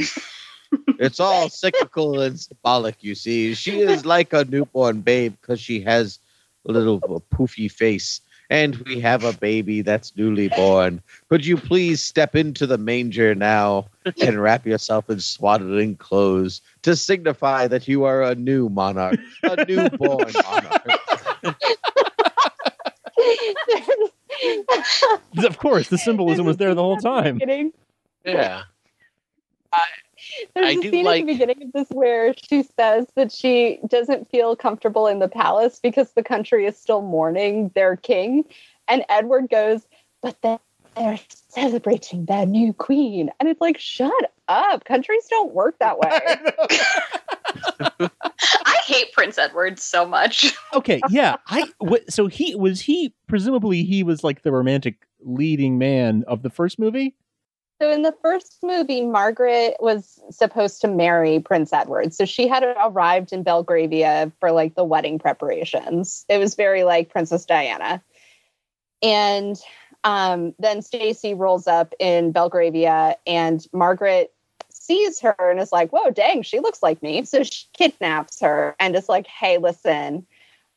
S4: it's all cyclical and symbolic, you see. She is like a newborn babe because she has a little poofy face. And we have a baby that's newly born. Could you please step into the manger now and wrap yourself in swaddling clothes to signify that you are a new monarch, a newborn monarch?
S2: Of course, the symbolism was there the
S5: [laughs]
S2: whole time.
S5: Kidding.
S6: Yeah,
S5: There's
S6: I
S5: a
S6: do
S5: scene
S6: like-
S5: at the beginning of this where she says that she doesn't feel comfortable in the palace because the country is still mourning their king. And Edward goes, But they're, they're celebrating their new queen. And it's like, Shut up. Countries don't work that
S6: [laughs]
S5: way.
S3: I hate Prince Edward so much.
S2: Okay, yeah. I w- so he was he presumably he was like the romantic leading man of the first movie.
S5: So in the first movie, Margaret was supposed to marry Prince Edward. So she had arrived in Belgravia for like the wedding preparations. It was very like Princess Diana. And um, then Stacy rolls up in Belgravia and Margaret sees her and is like, whoa, dang, she looks like me. So she kidnaps her and is like, hey, listen,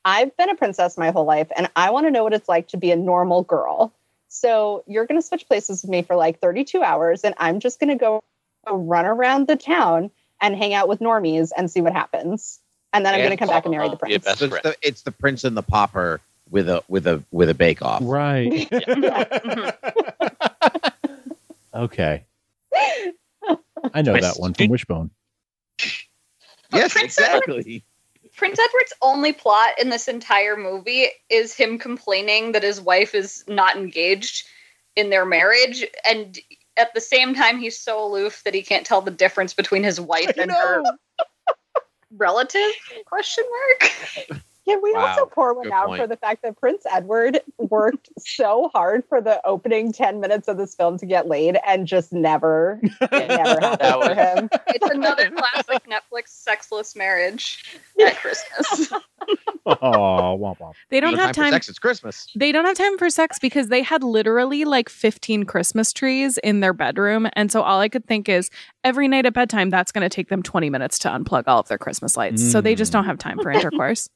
S5: I've been a princess my whole life and I want to know what it's like to be a normal girl. So you're going to switch places with me for like 32 hours, and I'm just going to go run around the town and hang out with normies and see what happens. And then I'm
S6: And
S5: going to come back and marry the
S6: follow the best
S5: prince.
S4: So it's, the, it's the prince and the pauper with a with a with a bake off.
S2: Right. [laughs] okay. I know that one from Wishbone.
S4: Yes,
S3: Prince Edward-
S4: exactly.
S3: Prince Edward's only plot in this entire movie is him complaining that his wife is not engaged in their marriage and at the same time he's so aloof that he can't tell the difference between his wife and her relative? Question mark.
S5: Can we
S4: Wow,
S5: also pour one
S4: good
S5: out
S4: point.
S5: for the fact that Prince Edward
S4: [laughs]
S5: worked so hard for the opening 10 minutes of this film to get laid and just never, it
S4: [laughs]
S6: That
S5: never happened for
S6: was-
S5: him?
S3: It's another classic Netflix sexless marriage at Christmas.
S2: Oh, womp womp.
S7: They don't
S4: No
S7: have
S4: for
S7: time.
S4: sex. It's Christmas.
S7: They don't have time for sex because they had literally like 15 Christmas trees in their bedroom. And so all I could think is every night at bedtime, that's going to take them 20 minutes to unplug all of their Christmas lights. So they just
S2: Mm.
S7: don't have time
S6: [laughs]
S7: for intercourse.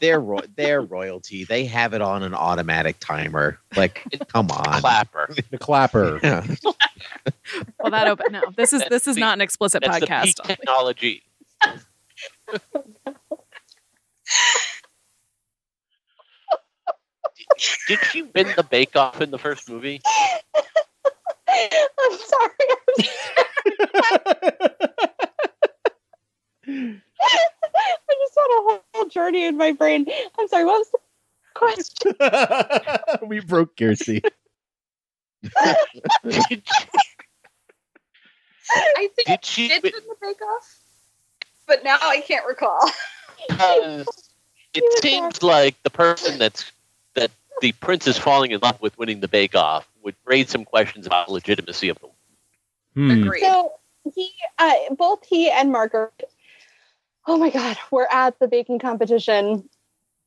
S4: They're ro- they're royalty. They have it on an automatic timer. Like, [laughs] come on.
S6: Clapper.
S2: The clapper.
S4: [laughs] Yeah.
S7: well, that open. No, this is this is
S6: the-
S7: not an explicit
S6: That's the peak
S7: podcast.
S2: [laughs]
S6: technology. Did she win the Bake Off in the first
S2: [laughs]
S6: movie?
S5: [laughs]
S4: [laughs]
S5: I'm [laughs] sorry. I just had a whole, whole journey in my brain. I'm sorry. What was the
S2: [laughs]
S5: question?
S2: we broke Kiersey.
S6: Did,
S3: I think I
S6: did she
S3: did win the Bake Off, but now I can't recall.
S6: because
S5: was
S6: it seems like the person that's that the prince is falling in love with winning the Bake Off would raise some questions about the legitimacy of the.
S2: Hmm.
S3: Agreed.
S5: So he, uh, both he and Margaret, oh my God, were at the baking competition.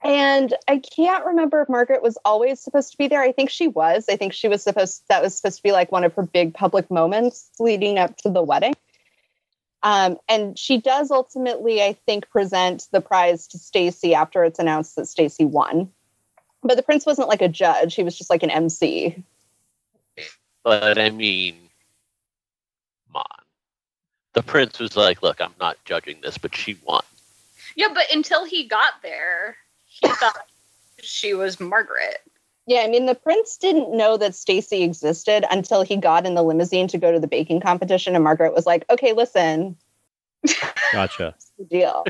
S5: And I can't remember if Margaret was always supposed to be there. I think she was. I think she was supposed, that was supposed to be like one of her big public moments leading up to the wedding. Um, and she does ultimately, I think, present the prize to Stacy after it's announced that Stacy won. But the prince wasn't like a judge, he was just like an MC.
S6: But I mean, come on. The prince was like, "Look, I'm not judging this, but she won."
S3: Yeah, but until he got there, he thought she was Margaret.
S5: Yeah, I mean the prince didn't know that Stacy existed until he got in the limousine to go to the baking competition and Margaret was like, "Okay, listen,
S2: Gotcha.
S5: what's the deal."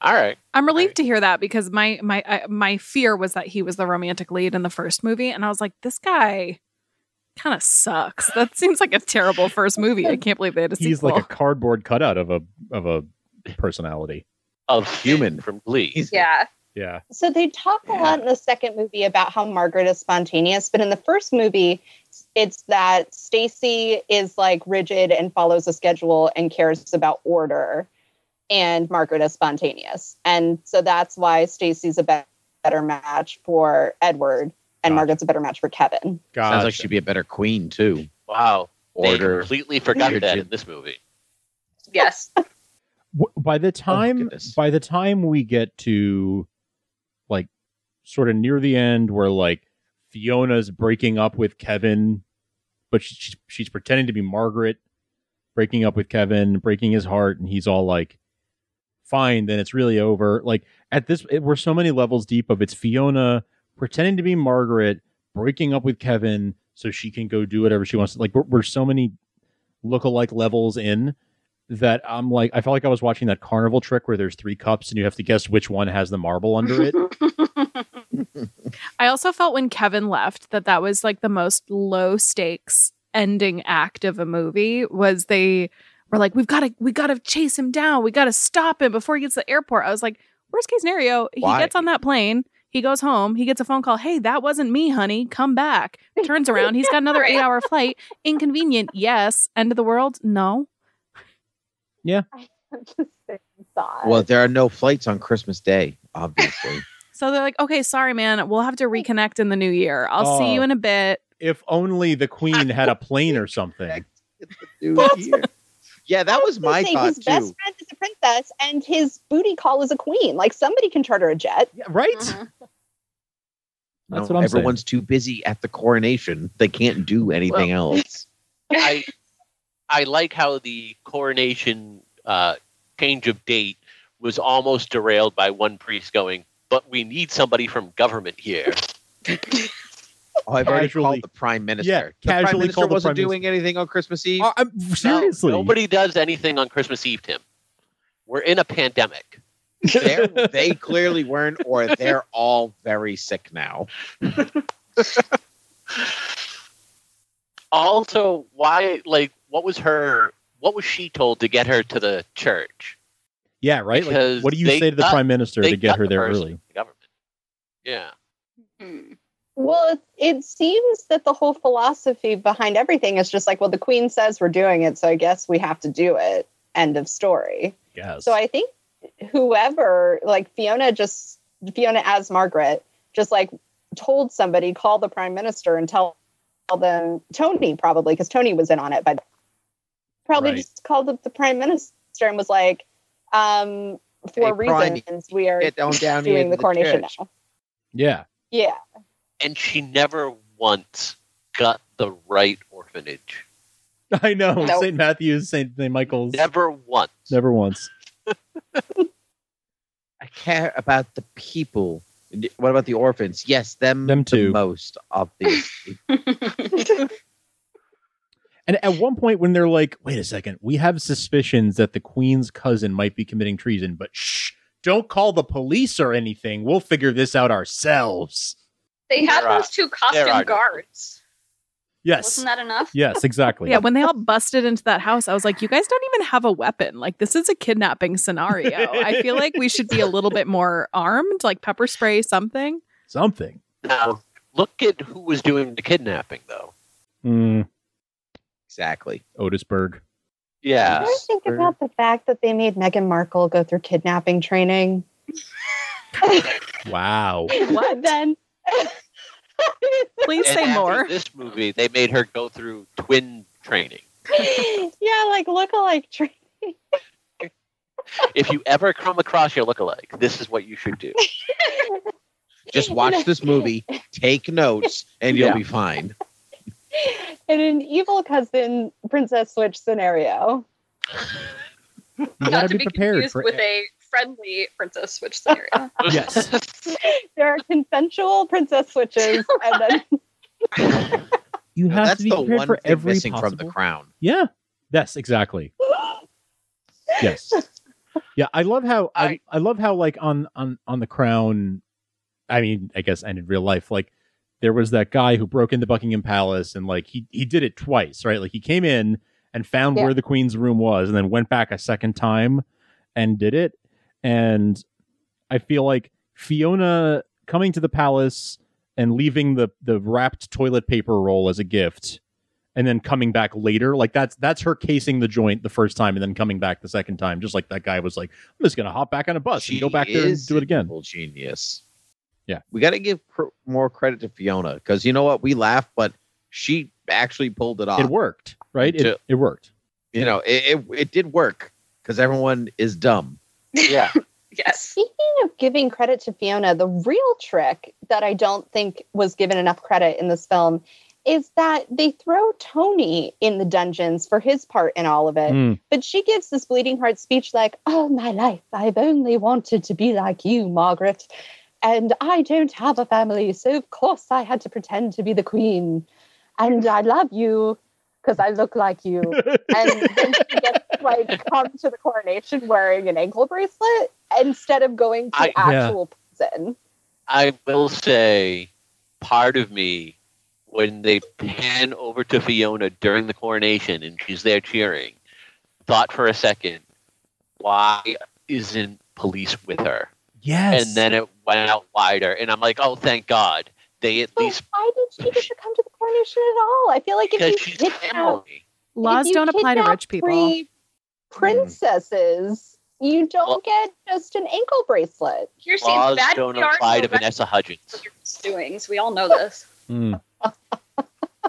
S6: All right.
S7: I'm relieved to hear that because my my I, my fear was that he was the romantic lead in the first movie, and I was like, this guy kind of sucks. That seems like a terrible first
S2: [laughs]
S7: movie. I can't believe they had a
S2: He's
S7: sequel.
S2: like a cardboard cutout of a of a personality.
S6: of
S4: Human.
S6: from Glee.
S4: He's-
S3: Yeah.
S2: Yeah.
S5: so they talk a lot in the second movie about how Margaret is spontaneous, but in the first movie it's that Stacy is like rigid and follows a schedule and cares about order and Margaret is spontaneous. And so that's why Stacy's a bet- better match for Edward and
S2: Gotcha.
S5: Margaret's a better match for Kevin.
S2: Gotcha.
S4: Sounds like she'd be a better queen too.
S6: wow, they
S4: Order.
S6: completely forgot
S4: Order.
S6: that in this movie.
S5: [laughs]
S3: Yes.
S2: W- by the time
S4: goodness.
S2: by the time we get to like sort of near the end where like Fiona's breaking up with Kevin but she, she's she's pretending to be Margaret breaking up with Kevin breaking his heart and he's all like fine then it's really over like at this it, we're so many levels deep of it's Fiona pretending to be Margaret breaking up with Kevin so she can go do whatever she wants to like we're, we're so many lookalike levels in that I'm like, I felt like I was watching that carnival trick where there's three cups and you have to guess which one has the marble under it.
S7: I also felt when Kevin left that that was like the most low stakes ending act of a movie was they were like we've got to we got to chase him down we got to stop him before he gets to the airport I was like worst case scenario he
S4: Why?
S7: gets on that plane he goes home he gets a phone call hey that wasn't me honey come back turns around he's got another 8 hour flight inconvenient yes end of the world no
S5: thought.
S4: Well, there are no flights on Christmas Day,
S2: [laughs]
S4: obviously.
S7: so they're like okay sorry man we'll have to reconnect in the new year I'll see
S2: Oh.
S7: you in a bit
S2: If only the queen had a plane or
S5: [laughs]
S2: something.
S4: New year. Yeah, that was my
S5: His
S4: thought
S5: best
S4: too.
S5: friend is a princess, and his booty call is a queen. Like somebody can charter a jet.
S2: Yeah, right?
S3: Mhm.
S5: Mm-hmm.
S2: That's
S4: No,
S2: what I'm saying.
S4: everyone's too busy at the coronation. They can't do anything else.
S6: I I like how the coronation uh, change of date was almost derailed by one priest going, "But we need somebody from government here."
S4: Oh, I've already
S2: Casually-
S4: called the prime minister.
S2: Yeah,
S4: the prime
S2: casually
S4: minister
S2: called the
S4: wasn't
S2: prime
S4: doing anything on Christmas Eve.
S2: Uh, I'm- seriously.
S6: Nobody does anything on Christmas Eve, Tim. We're in a pandemic.
S2: [laughs]
S4: They're- they clearly weren't, or they're all very sick now.
S6: Also, why like what was her what was she told to get her to the church?
S2: Yeah, right. Like,
S6: Because
S2: what do you
S6: they
S2: say to the
S6: got-
S2: prime minister
S6: They
S2: to get
S6: got
S2: her
S6: the
S2: there
S6: person
S2: early?
S6: from the government. Yeah.
S3: Hmm.
S5: Well, it, it seems that the whole philosophy behind everything is just like, well, the queen says we're doing it, so I guess we have to do it. End of story.
S2: Yes.
S5: So I think whoever, like Fiona, just Fiona as Margaret, just like told somebody call the prime minister and tell, tell them Tony probably because Tony was in on it, but probably
S2: Right.
S5: just called up the prime minister and was like, um, for
S4: Hey, Prime,
S5: reasons we are
S4: get on down here
S5: doing
S4: to
S5: the
S4: the
S5: coronation
S4: church."
S5: now.
S2: yeah. [laughs]
S5: Yeah,
S6: And she never once got the right orphanage.
S2: I know.
S3: No.
S2: St. Matthew's, St. Michael's.
S6: Never once.
S2: Never once.
S4: I care about the people. And What about the orphans? Yes, them,
S2: Them too.
S4: The most obviously.
S2: And at one point, when they're like, wait a second, we have suspicions that the queen's cousin might be committing treason, but shh, don't call the police or anything. We'll figure this out ourselves.
S3: They had
S6: There are-
S3: those two costume
S6: are-
S3: guards.
S2: Yes.
S3: Wasn't that enough?
S2: yes, exactly.
S7: Yeah, when they all busted into that house, I was like, you guys don't even have a weapon. Like, this is a kidnapping scenario. I feel like we should be a little bit more armed, like pepper spray, something.
S2: Something.
S6: Now, look at who was doing the kidnapping, though.
S2: Mm,
S4: exactly.
S2: Otisburg.
S5: I always think about the fact that they made Meghan Markle go through kidnapping training.
S2: Wow.
S5: What [laughs] then?
S7: Please
S6: And
S7: say
S6: after
S7: more.
S6: This movie, they made her go through twin training.
S5: yeah, like look-alike training.
S6: If you ever come across your lookalike, this is what you should do.
S4: Just watch this
S5: [laughs]
S4: movie, take notes, and you'll
S6: Yeah.
S4: be fine.
S5: [laughs] in an evil cousin princess switch scenario.
S2: You
S3: Not
S2: gotta
S3: to
S2: be
S3: be
S2: prepared
S3: confused
S2: for
S3: with a friendly princess switch
S2: [laughs]
S3: scenario.
S2: [laughs] Yes.
S5: There are consensual princess [laughs] switches, and then
S2: You have
S4: That's
S2: to be
S4: the
S2: prepared
S4: one
S2: for
S4: thing
S2: every
S4: missing
S2: possible.
S4: from the crown.
S2: Yeah. Yes, exactly. yes. Yeah, I love how I,
S6: I-
S2: I love how like on on on the crown I mean, I guess and in real life like there was that guy who broke into Buckingham Palace and like he he did it twice, right? Like he came in and found
S5: Yeah.
S2: where the queen's room was and then went back a second time and did it and I feel like Fiona coming to the palace and leaving the the wrapped toilet paper roll as a gift and then coming back later like that's that's her casing the joint the first time and then coming back the second time just like that guy was like i'm just gonna hop back on a bus
S4: She
S2: and go back there and
S4: is
S2: do it
S4: an
S2: again
S4: evil Genius.
S2: Yeah.
S4: we got to give pr- more credit to Fiona because you know what? We laugh, but she actually pulled it off.
S2: it worked right
S6: Ah. Too.
S2: it, it worked
S4: You know, it it, it did work because everyone is dumb.
S6: Yeah.
S3: yes.
S5: Speaking of giving credit to Fiona, the real trick that I don't think was given enough credit in this film is that they throw Tony in the dungeons for his part in all of it.
S2: Mm.
S5: But she gives this bleeding heart speech like, All my life, I've only wanted to be like you, Margaret. And I don't have a family, so of course I had to pretend to be the queen. And I love you because I look
S6: [laughs]
S5: like you. and then she gets like come to the coronation wearing an ankle bracelet instead of going to
S6: I-
S2: Yeah.
S5: actual prison.
S6: I will say, part of me, when they pan over to Fiona during the coronation and she's there cheering, thought for a second, why isn't police with her?
S2: yes
S6: And then it went out wider. And I'm like, oh, thank God. They at
S5: So
S6: least,
S5: why did she get to come to the coronation at all? I feel like if
S6: because
S5: you
S6: she's
S5: kidnap-
S6: family.
S7: Laws
S5: if you
S7: don't apply to
S5: kidnap
S7: rich people. Hmm.
S5: three princesses, you don't
S6: Well-
S5: get just an ankle bracelet.
S3: Here seems
S6: Laws
S3: bad
S6: don't
S3: PR
S6: apply to
S3: for
S6: Vanessa Hudgens.
S5: [laughs]
S3: Vanessa's doings. We all know this.
S2: Mm.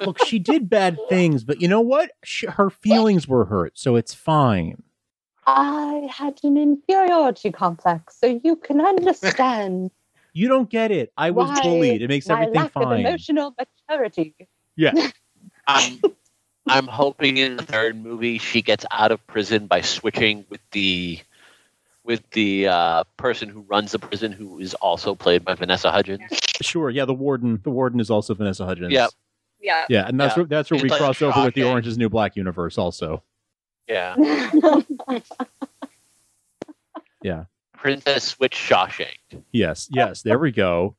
S2: look she did bad things but you know what she, her feelings were hurt so it's fine
S5: I had an inferiority complex, so you can understand
S2: you don't get it i was
S5: Why-
S2: bullied it makes
S5: my
S2: everything
S5: lack of
S2: fine
S5: emotional maturity.
S6: I'm, I'm hoping in the third movie she gets out of prison by switching with the with the uh, person who runs the prison, who is also played by Vanessa Hudgens.
S2: sure yeah the warden the warden is also vanessa hudgens
S6: Yep.
S3: Yeah.
S2: Yeah, and that's
S6: Yeah.
S2: where, that's where we
S6: It's like
S2: cross over with the
S6: shocking.
S2: Orange is New Black universe, also.
S6: Yeah,
S5: [laughs]
S2: Yeah.
S6: Princess Switch Shawshank.
S2: Yes, yes, there we go.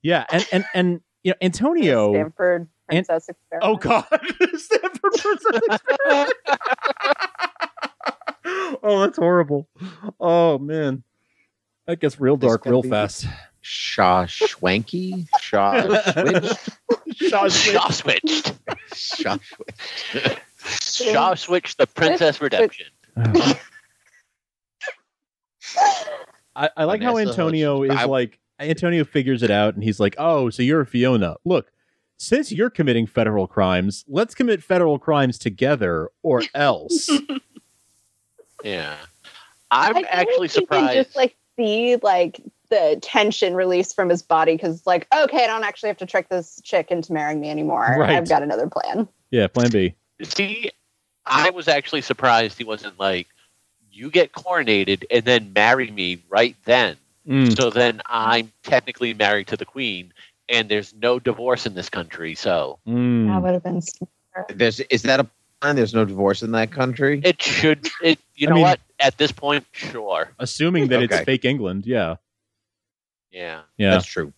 S2: Yeah, and and and you know Antonio.
S5: Stanford
S2: And-
S5: Princess
S2: Oh [laughs]
S5: Experiment.
S4: [laughs]
S2: God, Stanford Princess Experiment. [laughs] oh, that's horrible. Oh man, that gets real
S4: This
S2: dark
S4: could
S2: real
S4: be- [laughs]
S2: fast.
S4: Shaw Schwanky?
S2: [laughs]
S4: Shaw
S6: [laughs]
S4: Switch? [laughs]
S6: Shaw switched.
S4: Shaw
S6: Shaw switched the Princess Redemption.
S2: I, I like how
S4: Vanessa
S2: Antonio
S4: Hudgens.
S2: is
S4: I-
S2: like Antonio figures it out, and he's like, "Oh, so you're Fiona? Look, since you're committing federal crimes, let's commit federal crimes together,
S4: [laughs]
S2: or else."
S6: Yeah. I'm
S5: I feel
S6: actually
S5: like you can
S6: surprised.
S5: Just like see like the tension released from his body because it's like, okay, I don't actually have to trick this chick into marrying me anymore.
S2: Right.
S5: I've got another plan.
S2: yeah, Plan B.
S6: See, I was actually surprised he wasn't like, you get coronated and then marry me right then.
S2: Mm.
S6: So then I'm technically married to the queen, and there's no divorce in this country. So
S2: Mm.
S5: That would have been.
S4: There's is that a plan? There's no divorce in that country.
S6: it should, it, you
S2: I
S6: know
S2: mean-
S6: what? At this point, sure.
S2: Assuming that it's
S4: Okay.
S2: fake England, yeah,
S6: Yeah.
S2: yeah,
S4: That's true.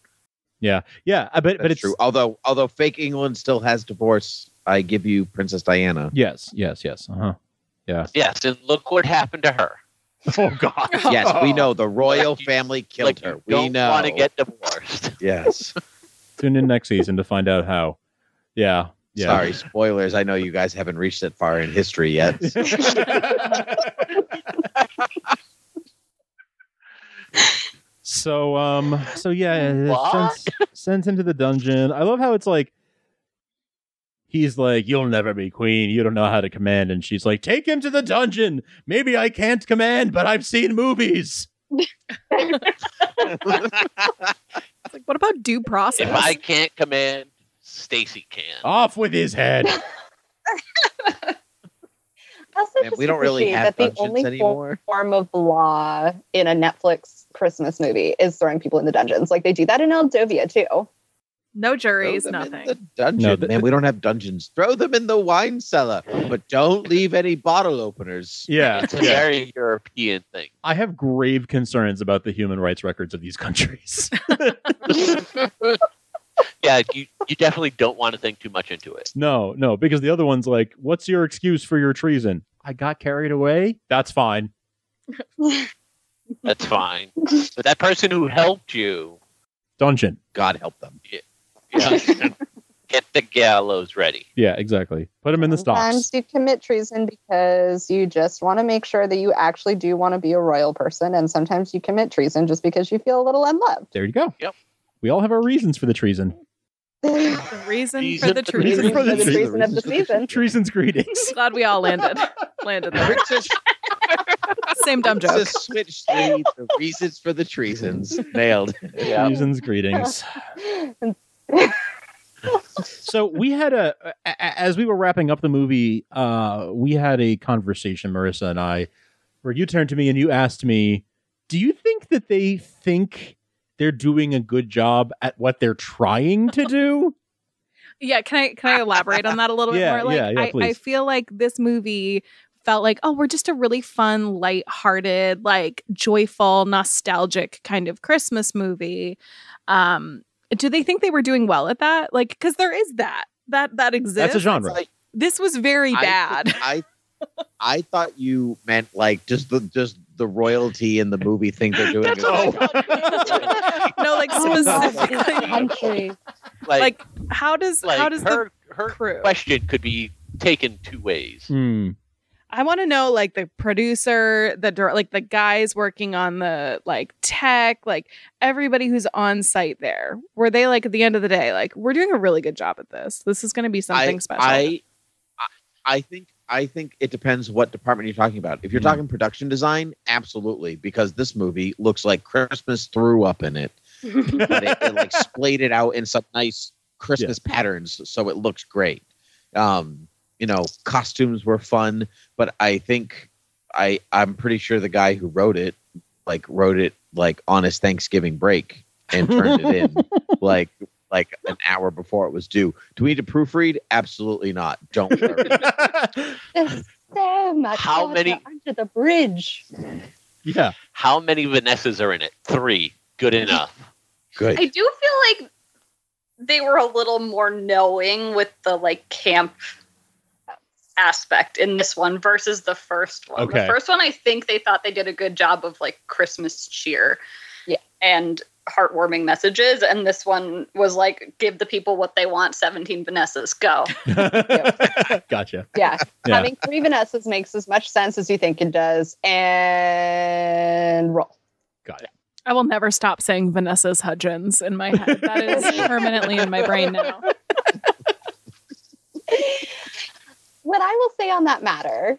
S2: yeah. I- But
S4: That's
S2: but it's
S4: true. Although although fake England still has divorce, I give you Princess Diana.
S2: Yes, yes, yes. Uh huh. Yeah.
S6: Yes, and look what happened to her.
S2: [laughs] Oh God.
S4: Yes,
S2: [laughs]
S4: we know the royal
S6: Like you-
S4: family killed
S6: like,
S4: her.
S6: you
S4: We
S6: don't
S4: know.
S6: want to get
S4: [laughs]
S6: divorced.
S4: yes.
S2: Tune in next season to find out how. Yeah. Yeah.
S4: Sorry, spoilers. I know you guys haven't reached that far in
S7: [laughs]
S4: history yet.
S2: [laughs] so um so yeah it
S6: What?
S2: sends, sends him to the dungeon i love how it's like he's like you'll never be queen you don't know how to command and she's like take him to the dungeon maybe i can't command but i've seen movies
S7: It's like, what about due process?
S6: if I can't command, Stacy can.
S2: off with his [laughs] head
S5: I also
S4: Man,
S5: just
S4: we don't really
S5: appreciate
S4: have
S5: that the
S4: dungeons
S5: only
S4: anymore.
S5: form of law in a Netflix Christmas movie is throwing people into dungeons. Like they do that in Eldovia too.
S7: no
S4: Throw
S7: juries,
S4: them in
S7: nothing.
S4: the dungeon,
S2: No, th-
S4: man. We don't have dungeons. Throw them in the wine cellar, but don't leave any bottle openers.
S2: yeah
S6: It's a very European thing.
S2: i have grave concerns about the human rights records of these countries
S6: Yeah, you, you definitely don't want to think too much into it.
S2: No, no, because the other one's like, "What's your excuse for your treason?" I got carried away. That's fine.
S6: That's fine. But that person who helped you,
S2: Dungeon.
S4: God help them.
S7: [laughs]
S6: yeah, get the gallows ready.
S2: Yeah, exactly. Put him in the
S5: Sometimes
S2: stocks.
S5: you commit treason because you just want to make sure that you actually do want to be a royal person, and sometimes you commit treason just because you feel a little unloved.
S2: There you go.
S6: Yep.
S2: We all have our reasons for the treason.
S7: The reason,
S6: Reason
S7: for the
S6: for the
S7: treason.
S5: [laughs]
S2: reason for the
S5: the
S2: treason.
S5: [laughs] treason of the
S2: [laughs]
S5: season.
S2: Treason's greetings.
S7: [laughs] Glad we all landed. landed there.
S4: Princess,
S7: Same dumb joke.
S4: Princess Switch three, the reasons for the
S7: [laughs]
S4: treasons. Nailed.
S6: Yeah.
S2: Treason's [laughs] greetings. So we had a, a- a- as we were wrapping up the movie, uh, we had a conversation, Marissa and I, where you turned to me and you asked me, "Do you think that they think they're doing a good job at what they're trying to
S6: [laughs]
S2: do?"
S7: Yeah, can I can I elaborate on that a little bit
S2: Yeah,
S7: more? Like
S2: yeah, yeah,
S7: I, I
S2: please.
S7: feel like this movie felt like, oh, we're just a really fun, lighthearted, like joyful, nostalgic kind of Christmas movie. Um, do they think they were doing well at that? Like, because there is that. That that exists.
S2: That's a genre.
S4: like-
S7: This was very
S6: [laughs]
S4: I-
S7: bad.
S4: I I thought you meant like just the just the royalty in the movie thing they're doing.
S7: That's what
S6: [laughs]
S7: no, like specifically
S5: [laughs] country.
S6: Like,
S7: like how does
S6: like
S7: how does the
S6: her, her
S7: crew
S6: question could be taken two ways.
S2: Hmm.
S7: I want to know like the producer, the dir- like the guys working on the like tech, like everybody who's on site there. Were they like at the end of the day like we're doing a really good job at this. This is going to be something
S4: I,
S7: special.
S4: I I- I think I think it depends what department you're talking about. If you're
S2: Mhm.
S4: talking production design, absolutely, because this movie looks like Christmas threw up in it. but it, it like splayed it out in some nice Christmas patterns, so it looks great. Um, you know, costumes were fun, but I think I I'm pretty sure the guy who wrote it like wrote it like on his Thanksgiving break and turned it in like like an hour before it was due. Do we need to proofread? Absolutely not. Don't worry.
S2: [laughs]
S5: There's so much
S6: How
S5: water
S6: many-
S5: under the bridge?
S2: [laughs] yeah.
S6: How many Vanessas are in it? Three. Good enough.
S5: [laughs]
S4: Good.
S3: I do feel like they were a little more knowing with the like camp aspect in this one versus the first one.
S2: Okay.
S3: The first one, I think they thought they did a good job of like Christmas cheer,
S5: Yeah.
S3: and heartwarming messages, and this one was like give the people what they want. Seventeen Vanessas, go.
S2: gotcha.
S5: Yeah.
S2: Yeah.
S5: Having three Vanessas makes as much sense as you think it does. And roll.
S2: Got it.
S7: I will never stop saying Vanessa's Hudgens in my head. That [laughs] is permanently in my brain now.
S5: What I will say on that matter,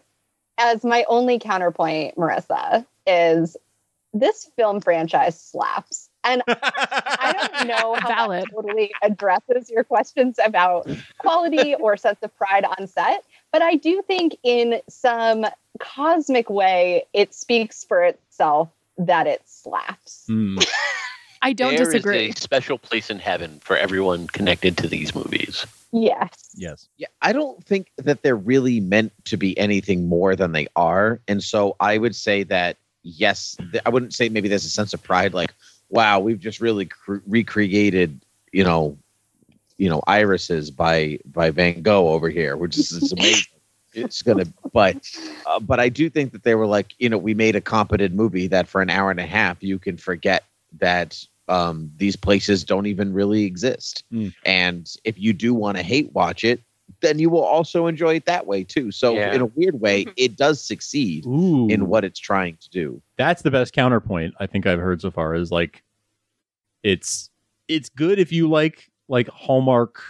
S5: as my only counterpoint, Marissa, is this film franchise slaps. And I don't know how
S7: Valid.
S5: that totally addresses your questions about quality or sense of pride on set, but I do think in some cosmic way it speaks for itself that it slaps.
S2: Hmm.
S7: I don't
S6: There is
S7: disagree.
S6: a special place in heaven for everyone connected to these movies.
S5: Yes.
S2: Yes.
S4: Yeah, I don't think that they're really meant to be anything more than they are. And so I would say that, yes, th- I wouldn't say maybe there's a sense of pride like, wow, we've just really cr- recreated, you know, you know, irises by by Van Gogh over here, which is, is amazing. it's gonna, but uh, but I do think that they were like, you know, we made a competent movie that for an hour and a half you can forget that um, these places don't even really exist.
S2: Mm.
S4: And if you do want to hate watch it, then you will also enjoy it that way too. So
S6: Yeah.
S4: in a weird way,
S3: Mhm.
S4: it does succeed
S2: Ooh.
S4: in what it's trying to do.
S2: that's the best counterpoint I think I've heard so far is like it's it's good if you like like Hallmark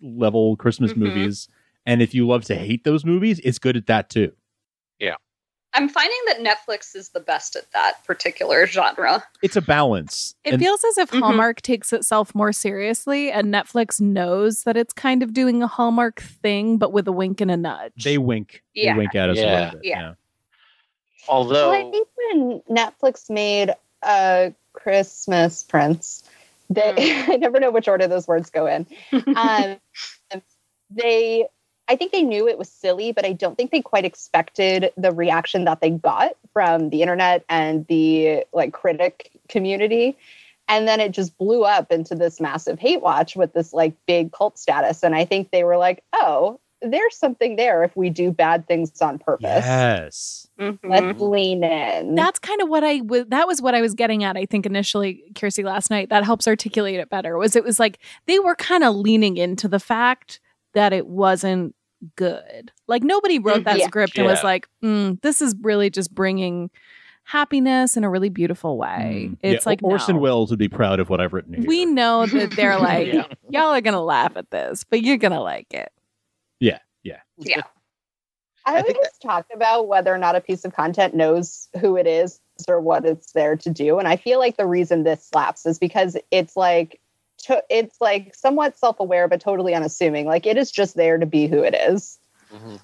S2: level Christmas
S3: Mhm.
S7: Mm-hmm.
S2: movies and if you love to hate those movies it's good at that too.
S3: I'm finding that Netflix is the best at that particular genre.
S2: It's a balance.
S7: It
S2: And-
S7: feels as if
S3: Mhm.
S7: Hallmark takes itself more seriously and Netflix knows that it's kind of doing a Hallmark thing, but with a wink and a nudge.
S2: they wink.
S3: Yeah.
S2: They wink at us a
S6: Yeah.
S2: little bit.
S3: Yeah.
S6: Although
S5: Well, I think when Netflix made a Christmas Prince, they [laughs] I never know which order those words go in. Um, they, I think they knew it was silly, but I don't think they quite expected the reaction that they got from the internet and the like critic community. And then it just blew up into this massive hate watch with this like big cult status. And I think they were like, oh, there's something there if we do bad things on purpose.
S2: Yes.
S3: Mhm.
S5: Let's lean in.
S7: That's kind of what I was. That was what I was getting at. I think initially, Kiersey last night. That helps articulate it better. Was it was like they were kind of leaning into the fact that it wasn't good. Like nobody
S2: Mm-hmm.
S7: wrote that
S5: Yeah.
S7: script and was
S6: Yeah.
S7: like, mm, "This is really just bringing happiness in a really beautiful way."
S2: Mm.
S7: It's
S2: Yeah,
S7: like
S2: Orson
S7: no.
S2: Welles would be proud of what I've written here. [laughs]
S7: We know that they're like,
S6: Yeah.
S7: "Y'all are gonna laugh at this, but you're gonna like it."
S4: I
S5: I would
S4: think
S5: just talk about whether or not a piece of content knows who it is or what it's there to do. And I feel like the reason this slaps is because it's like to, it's like somewhat self-aware but totally unassuming. Like it is just there to be who it is.
S6: Mhm.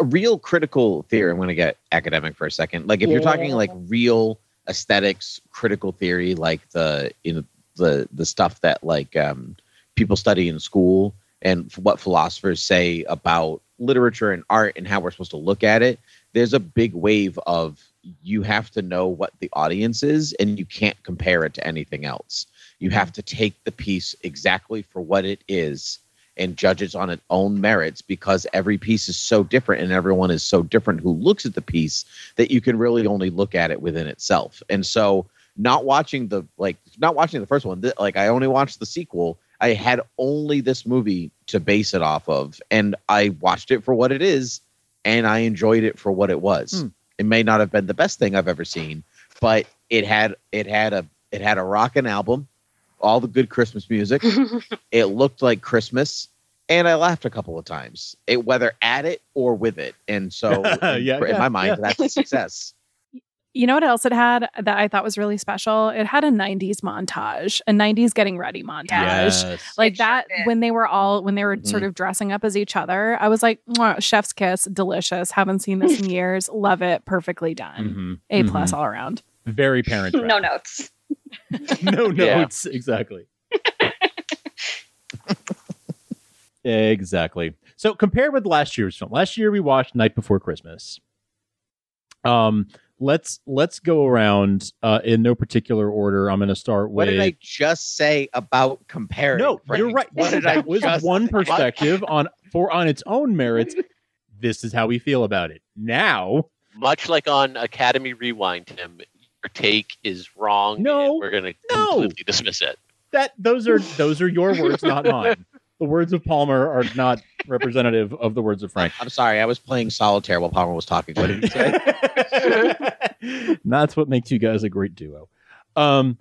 S4: A real critical theory, I'm going to get academic for a second. Like if you're talking
S5: Yeah.
S4: like real aesthetics, critical theory, like the you know the the stuff that like um, people study in school and f- what philosophers say about literature and art and how we're supposed to look at it. There's a big wave of you have to know what the audience is and you can't compare it to anything else. You have to take the piece exactly for what it is and judge it on its own merits because every piece is so different and everyone is so different who looks at the piece that you can really only look at it within itself. And so not watching the like not watching the first one th- like I only watched the sequel I had only this movie to base it off of and I watched it for what it is and I enjoyed it for what it was.
S2: Hmm.
S4: It may not have been the best thing I've ever seen, but it had it had a it had a rockin' album, all the good
S2: [laughs]
S4: Christmas music. It looked like Christmas, and I laughed a couple of times, it, whether at it or with it.
S2: [laughs]
S4: And so,
S2: Yeah,
S4: in-
S2: yeah,
S4: in my mind, that's a success.
S7: You know what else it had that I thought was really special? It had a 90s montage, a 90s getting ready montage.
S2: Yes.
S7: Like
S3: It sure
S7: that,
S3: did.
S7: when they were all, when they were sort
S4: Mhm.
S7: of dressing up as each other, I was like, "Mwah, chef's kiss, delicious. Haven't seen this in years. Love it. Perfectly done.
S2: Mhm.
S7: A
S2: Mhm.
S7: plus all around.
S2: Very parent.
S7: [laughs]
S3: no notes.
S2: [laughs]
S4: [laughs]
S2: no
S6: Yeah.
S2: notes. Exactly. [laughs] exactly. So compared with last year's film, last year we watched Night Before Christmas. Um, let's let's go around uh, in no particular order. I'm going to start
S4: What
S2: with.
S4: did I just say about comparing?
S2: no,
S4: Frank?
S2: you're right.
S4: What did I
S2: that was
S4: just
S2: one
S4: say? [laughs]
S2: perspective on for on its own merits. this is how we feel about it. Now,
S6: Much like on Academy Rewind, Tim, your take is wrong.
S2: No.
S6: and we're gonna
S2: No.
S6: completely dismiss it.
S2: that those are those are your words, not
S4: [laughs]
S2: mine. The words of Palmer are not representative of the words of Frank.
S4: I'm sorry, I was playing solitaire while Palmer was talking. What did he say?
S2: And [laughs] That's what makes you guys a great duo. Um,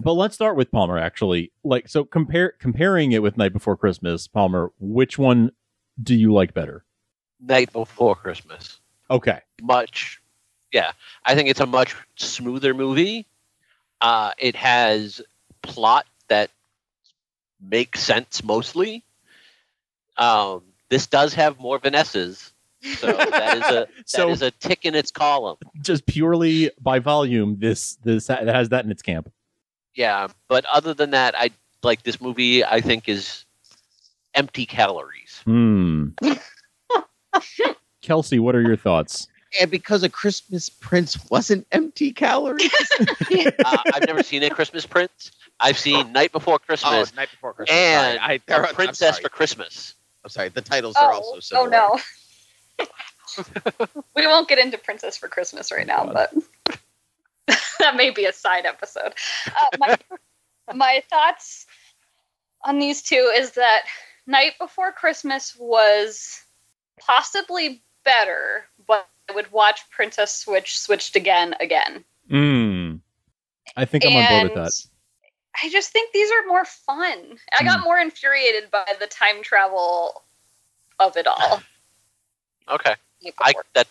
S2: but let's start with Palmer actually. Like so compare comparing it with Night Before Christmas, Palmer, which one do you like better?
S6: Night before Christmas.
S2: Okay.
S6: much yeah i think it's a much smoother movie uh, it has plot that makes sense mostly um, this does have more vanessas so that is a
S4: [laughs]
S6: that is
S2: So-
S6: a tick in its column
S2: Just purely by volume, this this that has that in its camp.
S6: yeah but other than that i like this movie i think is empty calories [laughs]
S2: Hmm. Kelsey, what are your thoughts?
S4: [laughs] and because a Christmas Prince wasn't empty calories.
S6: uh, i've never seen a christmas prince i've seen night before christmas
S4: Oh, night before
S6: and
S4: Sorry, [laughs] I-
S6: A
S4: they're- I'm
S6: princess
S4: sorry.
S6: for christmas
S4: I'm sorry. The titles are also
S3: Oh, oh
S4: similar.
S3: no.
S4: [laughs]
S3: we won't get into Princess for Christmas right now, but [laughs] that may be a side episode. Uh,
S4: [laughs]
S3: my, my thoughts on these two is that Night Before Christmas was possibly better, but I would watch Princess Switch switched again, again.
S2: Hmm. I think I'm on board with that.
S3: I just think these are more fun. I
S7: Hmm.
S3: got more infuriated by the time travel of
S7: [laughs]
S3: it all.
S6: okay I that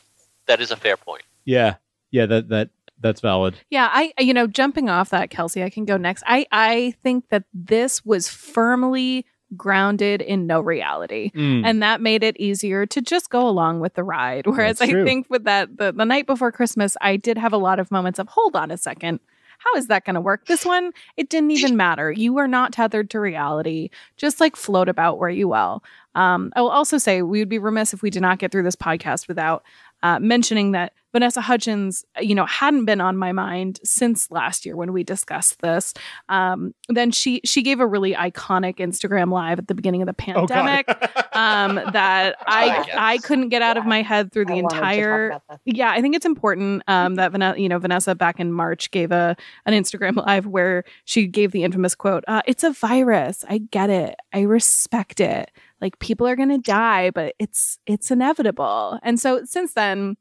S6: that is a fair point.
S2: Yeah. Yeah, that that that's valid.
S7: Yeah, I you know, jumping off that, Kelsey, I can go next. I I think that this was firmly grounded in no reality.
S2: Mm.
S7: And that made it easier to just go along with the ride. [laughs] Whereas
S2: That's
S7: I
S2: true.
S7: think with that the, the night before Christmas, I did have a lot of moments of hold on a second. How is that going to work? This one, it didn't even matter. You are not tethered to reality. Just like float about where you will. Um, I will also say we would be remiss if we did not get through this podcast without uh, mentioning that Vanessa Hudgens, you know, hadn't been on my mind since last year when we discussed this. Um, then she she gave a really iconic Instagram live at the beginning of the
S2: Oh,
S7: pandemic
S2: God. [laughs]
S7: um,
S6: [laughs]
S7: that
S4: I
S7: I
S4: guess.
S7: I couldn't get out of my head through the
S5: I wanted to talk
S7: entire
S5: about that.
S7: yeah, I think it's important um, that Vanessa, you know, Vanessa back in March gave a an Instagram [laughs] live where she gave the infamous quote, uh, "It's a virus. I get it. I respect it. Like people are gonna die, but it's it's inevitable." And so since then,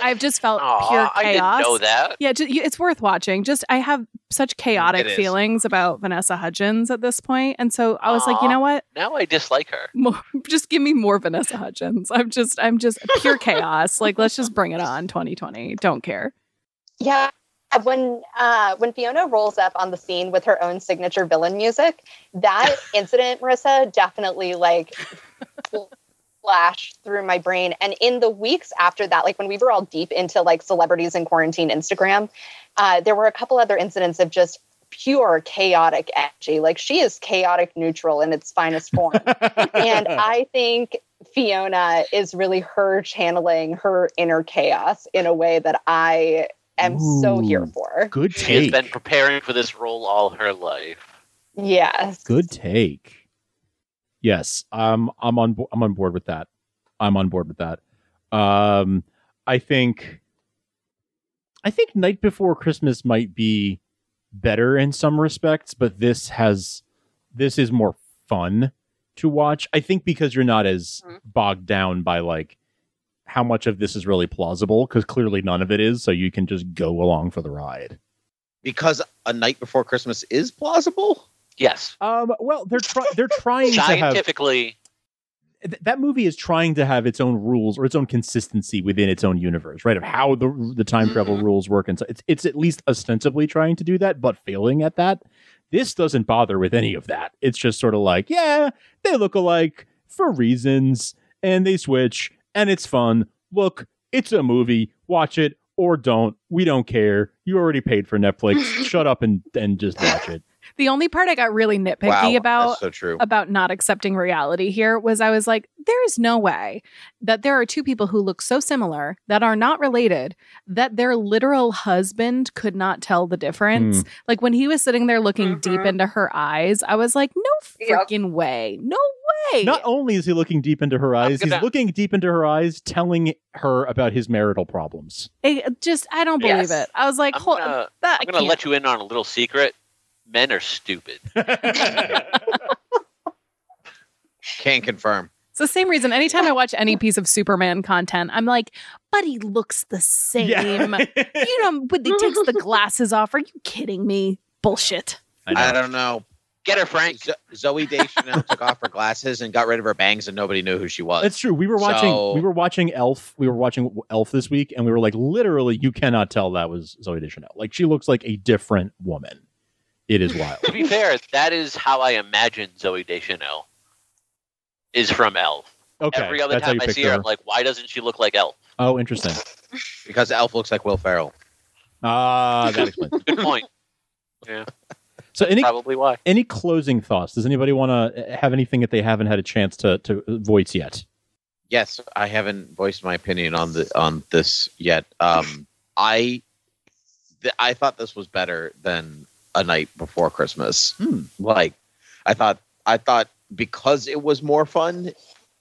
S7: I've just felt
S6: Aw,
S7: pure chaos.
S6: I didn't know that.
S7: Yeah, ju- you- it's worth watching. Just I have such chaotic
S4: It is.
S7: feelings about Vanessa Hudgens at this point, and so I was like, you
S6: Aw.
S7: know what?
S6: Now I dislike her.
S7: more just give me more Vanessa Hudgens. I'm just I'm just pure chaos. Like let's just bring it on 2020. Don't care.
S5: Yeah, when uh, when Fiona rolls up on the scene with her own signature villain music, that incident, Marissa, definitely like flashed through my brain. And in the weeks after that, like when we were all deep into like celebrities in quarantine Instagram, uh, there were a couple other incidents of just pure chaotic energy. Like she is chaotic neutral in its finest form
S2: [laughs]
S5: and I think Fiona is really her channeling her inner chaos in a way that I am so
S2: Ooh.
S5: here for.
S2: good
S6: She has
S2: take.
S6: been preparing for this role all her life.
S5: Yes.
S2: Good take. Yes, um, I'm on. Bo- I'm on board with that. I'm on board with that. Um, I think. I think Night Before Christmas might be better in some respects, but this has this is more fun to watch. I think because you're not as
S6: Mm-hmm.
S3: Mhm.
S2: bogged down by like how much of this is really plausible because clearly none of it is, so you can just go along for the ride.
S4: Because a night before Christmas is plausible.
S6: Yes.
S2: Um, well, they're try- they're trying to have
S6: Scientifically,
S2: th- that movie is trying to have its own rules or its own consistency within its own universe, right? Of how the the time travel rules work, and so it's it's at least ostensibly trying to do that, but failing at that. This doesn't bother with any of that. It's just sort of like, yeah, they look alike for reasons, and they switch, and it's fun. Look, it's a movie. Watch it or don't. We don't care. You already paid for Netflix. Shut up and and just watch it.
S7: The only part I got really nitpicky
S4: wow,
S7: about
S4: that's so true.
S7: about not accepting reality here was I was like, there is no way that there are two people who look so similar that are not related that their literal husband could not tell the
S4: Hmm.
S7: difference.
S6: Mm-hmm.
S7: Like when he was sitting there looking deep
S3: Mhm.
S7: into her eyes, I was like, no
S3: Yep.
S7: freaking way. No
S6: [laughs]
S7: way.
S2: Not only is he looking deep into her eyes, he's
S6: gonna-
S2: looking deep into her eyes, telling her about his marital
S5: [laughs]
S2: problems.
S7: It just I don't believe
S3: Yes.
S7: it. I was like,
S6: I'm
S7: hold
S6: gonna-
S7: that
S6: I'm going to let you in on a little secret. Men are stupid.
S4: Can confirm.
S7: It's the same reason. Anytime I watch any piece of Superman content, I'm like, but he looks the same.
S2: Uh,
S7: you know, but he takes the glasses off. Are you kidding me? Bullshit.
S4: I don't know.
S6: Get her, Frank.
S4: Zo- Zoe Deschanel took off her glasses and got rid of her bangs, and nobody knew who she was.
S2: That's true. We were watching
S4: So-
S2: we were watching Elf. We were watching Elf this week, and we were like, literally, you cannot tell that was Zoe Deschanel. Like she looks like a different woman. It is wild.
S6: to be fair, that is how I imagine Zoe Deschanel is from Elf.
S2: Okay,
S6: [laughs] Every other
S2: that's
S6: time
S2: how
S6: I
S2: you
S6: see
S2: picture
S6: her,
S2: her.
S6: I'm like, why doesn't she look like Elf?
S2: oh, interesting.
S4: because Elf looks like Will Ferrell.
S2: Ah,
S6: [laughs]
S2: that explains. it.
S7: [laughs]
S6: Good point.
S2: So any
S6: Probably why.
S2: any closing thoughts? Does anybody want to have anything that they haven't had a chance to to voice yet?
S4: Yes, I haven't voiced my opinion on the on this yet. Um, I th- I thought this was better than a night before Christmas. Hmm. Like, I thought I thought because it was more fun,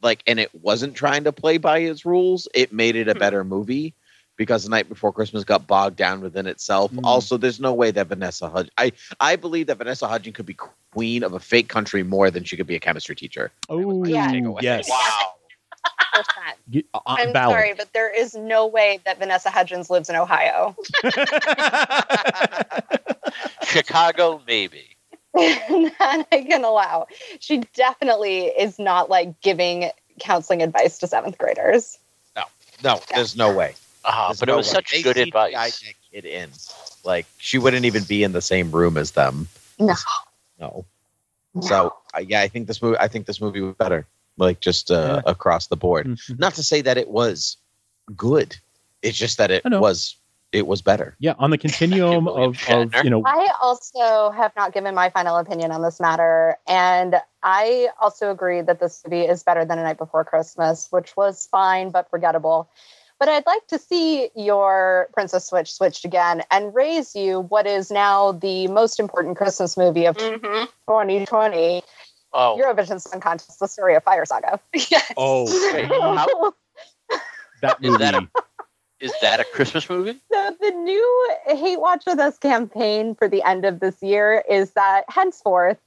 S4: like, and it wasn't trying to play by its rules, it made it a better movie. Because the night before Christmas got bogged down within itself.
S2: Hmm.
S4: Also, there's no way that Vanessa Hudgens. I I believe that Vanessa Hudgens could be queen of a fake country more than she could be a chemistry teacher.
S2: Oh,
S5: Yeah.
S2: yes.
S6: Wow.
S2: You- uh, uh,
S5: I'm
S2: valid.
S5: sorry, but there is no way that Vanessa Hudgens lives in Ohio. [laughs]
S6: Chicago, maybe.
S5: that I can allow. She definitely is not like giving counseling advice to seventh graders.
S4: No, there's no way.
S6: Ah,
S4: There's
S6: but
S4: no
S6: it was
S4: way.
S6: such
S4: They
S6: good
S4: CGI'd
S6: advice.
S4: that kid in. Like she wouldn't even be in the same room as them.
S5: No.
S4: No. So I yeah, I think this movie. I think this movie was better. Like just uh, across the board.
S2: Mhm.
S4: Not to say that it was good. It's just that it
S2: I know.
S4: was it was better.
S2: [laughs] Yeah, on the continuum
S6: William
S2: of, of
S6: Shatner.
S2: you know
S5: I also have not given my final opinion on this matter. And I also agree that this movie is better than A Night Before Christmas, which was fine but forgettable. But I'd like to see your Princess Switch switched again and raise you what is now the most important Christmas movie of
S3: hmm
S5: 2020
S6: Oh,
S5: Eurovision Song Contest, The Story of Fire Saga.
S3: Yes.
S2: oh
S6: How-
S2: that
S6: Is
S2: movie.
S6: that a- is that a Christmas movie?
S5: So the new Hate Watch With Us campaign for the end of this year is that henceforth,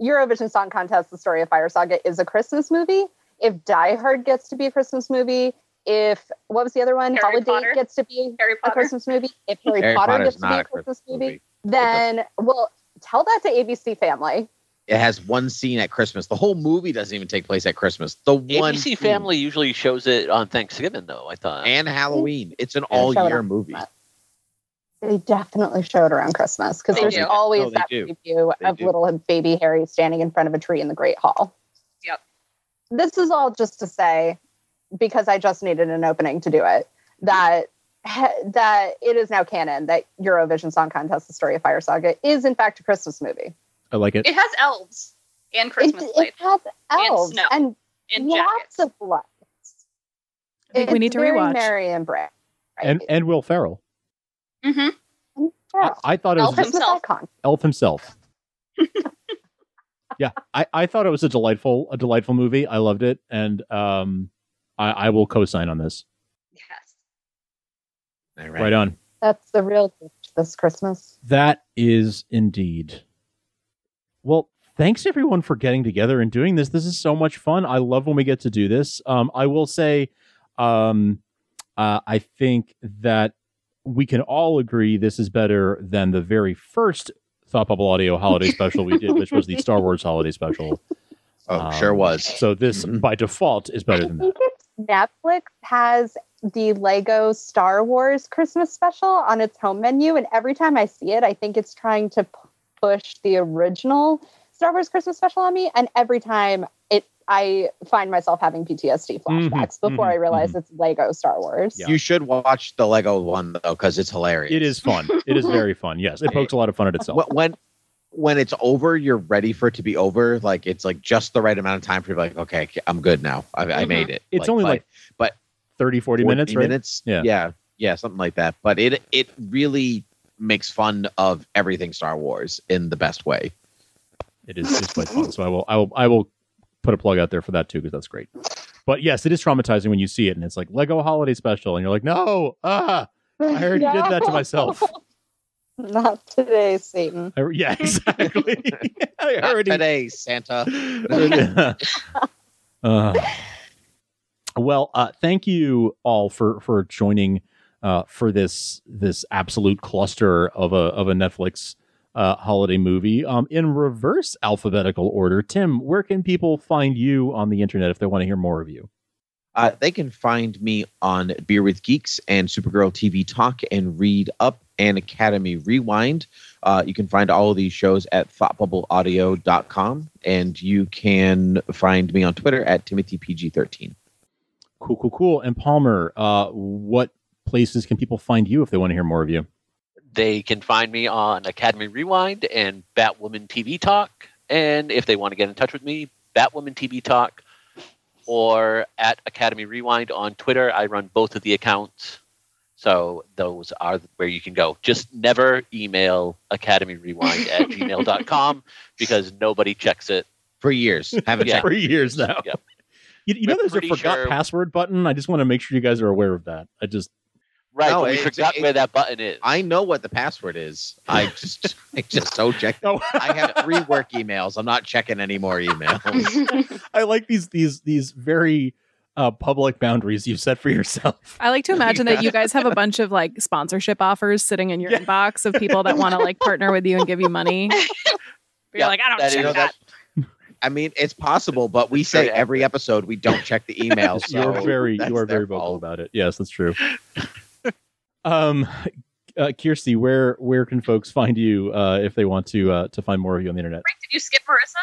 S5: Eurovision Song Contest, The Story of Fire Saga is a Christmas movie. If Die Hard gets to be a Christmas movie, if what was the other one?
S3: Harry
S5: Holiday
S3: Potter.
S5: gets to be
S3: Harry
S5: a
S3: Potter.
S5: Christmas movie. If Harry,
S4: Harry
S5: Potter
S4: Potter
S5: gets
S4: is
S5: to be
S4: not
S5: a
S4: a
S5: Christmas
S4: Christmas
S5: movie,
S4: movie.
S5: then well, tell that to ABC Family.
S4: It has one scene at Christmas. The whole movie doesn't even take place at Christmas. The one
S6: ABC
S4: scene.
S6: Family usually shows it on Thanksgiving, though. I thought.
S4: and Halloween. It's an
S5: Yeah,
S4: all
S5: show it
S4: year
S5: on
S4: movie.
S5: Christmas. They definitely show it around Christmas because
S3: They
S5: there's
S3: do.
S5: always
S4: No, they
S5: that
S4: do.
S5: preview
S4: They
S5: of
S4: do.
S5: little baby Harry standing in front of a tree in the Great Hall.
S3: Yep.
S5: This is all just to say, because I just needed an opening to do it, that that it is now canon that Eurovision Song Contest: The Story of Fire Saga is in fact a Christmas movie.
S2: I like
S3: [laughs]
S2: it.
S3: It has elves and Christmas
S5: it, it
S3: lights
S5: has elves
S3: snow.
S5: and,
S3: and
S5: lots
S3: jackets.
S5: of lights.
S7: I think we need to
S5: very
S7: rewatch.
S5: Merry and bright.
S2: And and Will Ferrell.
S3: hmm
S5: Yeah.
S2: I thought it was
S3: Elf
S2: Elf,
S5: Christmas
S3: himself.
S5: icon.
S2: himself. yeah, I, I thought it was a delightful a delightful movie. I loved it, and um, I, I will co-sign on this.
S3: Yes.
S4: All
S2: Right on.
S5: That's the real gift this Christmas.
S2: That is indeed. Well, thanks everyone for getting together and doing this. This is so much fun. I love when we get to do this. Um, I will say, um, uh, I think that we can all agree this is better than the very first Thought Bubble Audio holiday special we did, which was the Star Wars holiday special.
S4: Oh,
S2: Um,
S4: sure was.
S2: So this,
S4: Mhm.
S2: by default, is better than
S5: I
S2: that.
S5: think it's Netflix has the Lego Star Wars Christmas special on its home menu, and every time I see it, I think it's trying to p- push the original Star Wars Christmas special on me, and every time it, I find myself having PTSD flashbacks
S2: Mhm,
S5: before I
S2: mhm,
S5: realize it's Lego Star Wars. [laughs]
S2: Yeah.
S4: You should watch the Lego one though, because it's hilarious.
S2: It is fun. It is very fun. Yes, it pokes a lot of fun at itself.
S4: Wh- when when it's over, you're ready for it to be over. Like it's like just the right amount of time for you. to be Like okay, I'm good now. I, I
S3: Mhm.
S4: made it.
S2: Mm-hmm. It's only
S4: by
S2: like 30, 40 minutes,
S4: 40
S2: right?
S4: minutes.
S2: Yeah.
S4: Yeah. yeah, something like that. But it it really makes fun of everything Star Wars in the best way.
S2: It is, it is quite fun. So I will, I will, I will put a plug out there for that too because that's great. But yes, it is traumatizing when you see it and it's like Lego Holiday Special, and you're like, no, ah, I already did that to myself.
S5: [laughs] Not today, Satan.
S2: I- yeah, [laughs] exactly. I
S4: Not
S2: already
S4: today, Santa.
S2: [laughs] Uh, well, uh, thank you all for for joining uh, for this this absolute cluster of a of a Netflix uh, holiday movie um, in reverse alphabetical order. Tim, where can people find you on the internet if they want to hear more of you?
S4: Uh, they can find me on Beer with Geeks and Supergirl TV Talk and Read Up and Academy Rewind. Uh, you can find all of these shows at thoughtbubbleaudio.com and you can find me on Twitter at TimothyPG13.
S2: Cool, cool, cool. And Palmer, uh, what places can people find you if they want to hear more of you?
S6: They can find me on Academy Rewind and Batwoman TV Talk. And if they want to get in touch with me, Batwoman TV Talk or at Academy Rewind on Twitter. I run both of the accounts. So those are where you can go. Just never email Academy Rewind
S4: [laughs]
S6: at gmail.com because nobody checks it.
S4: For years.
S2: [laughs]
S4: Haven't
S6: Yeah.
S4: checked.
S2: For years now.
S6: Yep.
S2: You, you know,
S6: We're
S2: there's a
S6: pretty
S2: forgot
S6: sure-
S2: password button. I just want to make sure you guys are aware of that. I just
S6: Right.
S4: No,
S6: but we
S4: it's-
S6: forgot
S4: it-
S6: where that button is.
S4: I know what the password is. I just [laughs] I just don't check.
S2: oh.
S4: I have three work emails. I'm not checking any more emails.
S2: [laughs] I like these these these very uh, public boundaries you've set for yourself.
S7: I like to imagine that you guys have a bunch of like sponsorship offers sitting in your
S2: Yeah.
S7: inbox of people that want to like partner with you and give you money. You're
S6: Yeah,
S7: like, I don't
S6: that
S7: check
S6: is-
S4: know,
S7: that.
S4: that's- I mean, it's possible, but we say every episode we don't check the emails. So
S2: [laughs] you're very
S4: [laughs] that's
S2: you are
S4: their
S2: very vocal
S4: fault.
S2: about it. Yes, that's
S4: [laughs]
S2: true. um, uh, Kirsty, where where can folks find you uh, if they want to uh, to find more of you on the internet?
S3: Did you skip Marissa?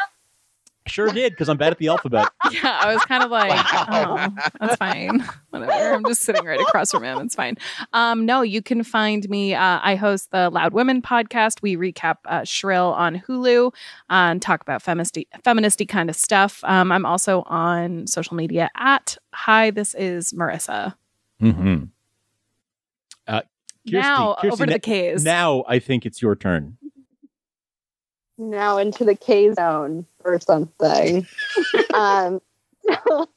S2: Sure did because I'm bad at the [laughs] alphabet.
S7: Yeah, I was kind of like,
S4: Wow.
S7: oh, that's fine. [laughs] Whatever. I'm just sitting right across from him. It's fine. Um, no, you can find me. Uh, I host the Loud Women podcast. We recap uh, Shrill on Hulu uh, and talk about feministy, feministy kind of stuff. Um, I'm also on social media at Hi, this is Marissa.
S2: mm-hmm. uh, Kirsty,
S7: now
S2: Kirsty,
S7: over to
S2: na-
S7: the K's.
S2: Now I think it's your turn.
S5: Now into the K zone or something.
S2: [laughs]
S5: um, [laughs] so-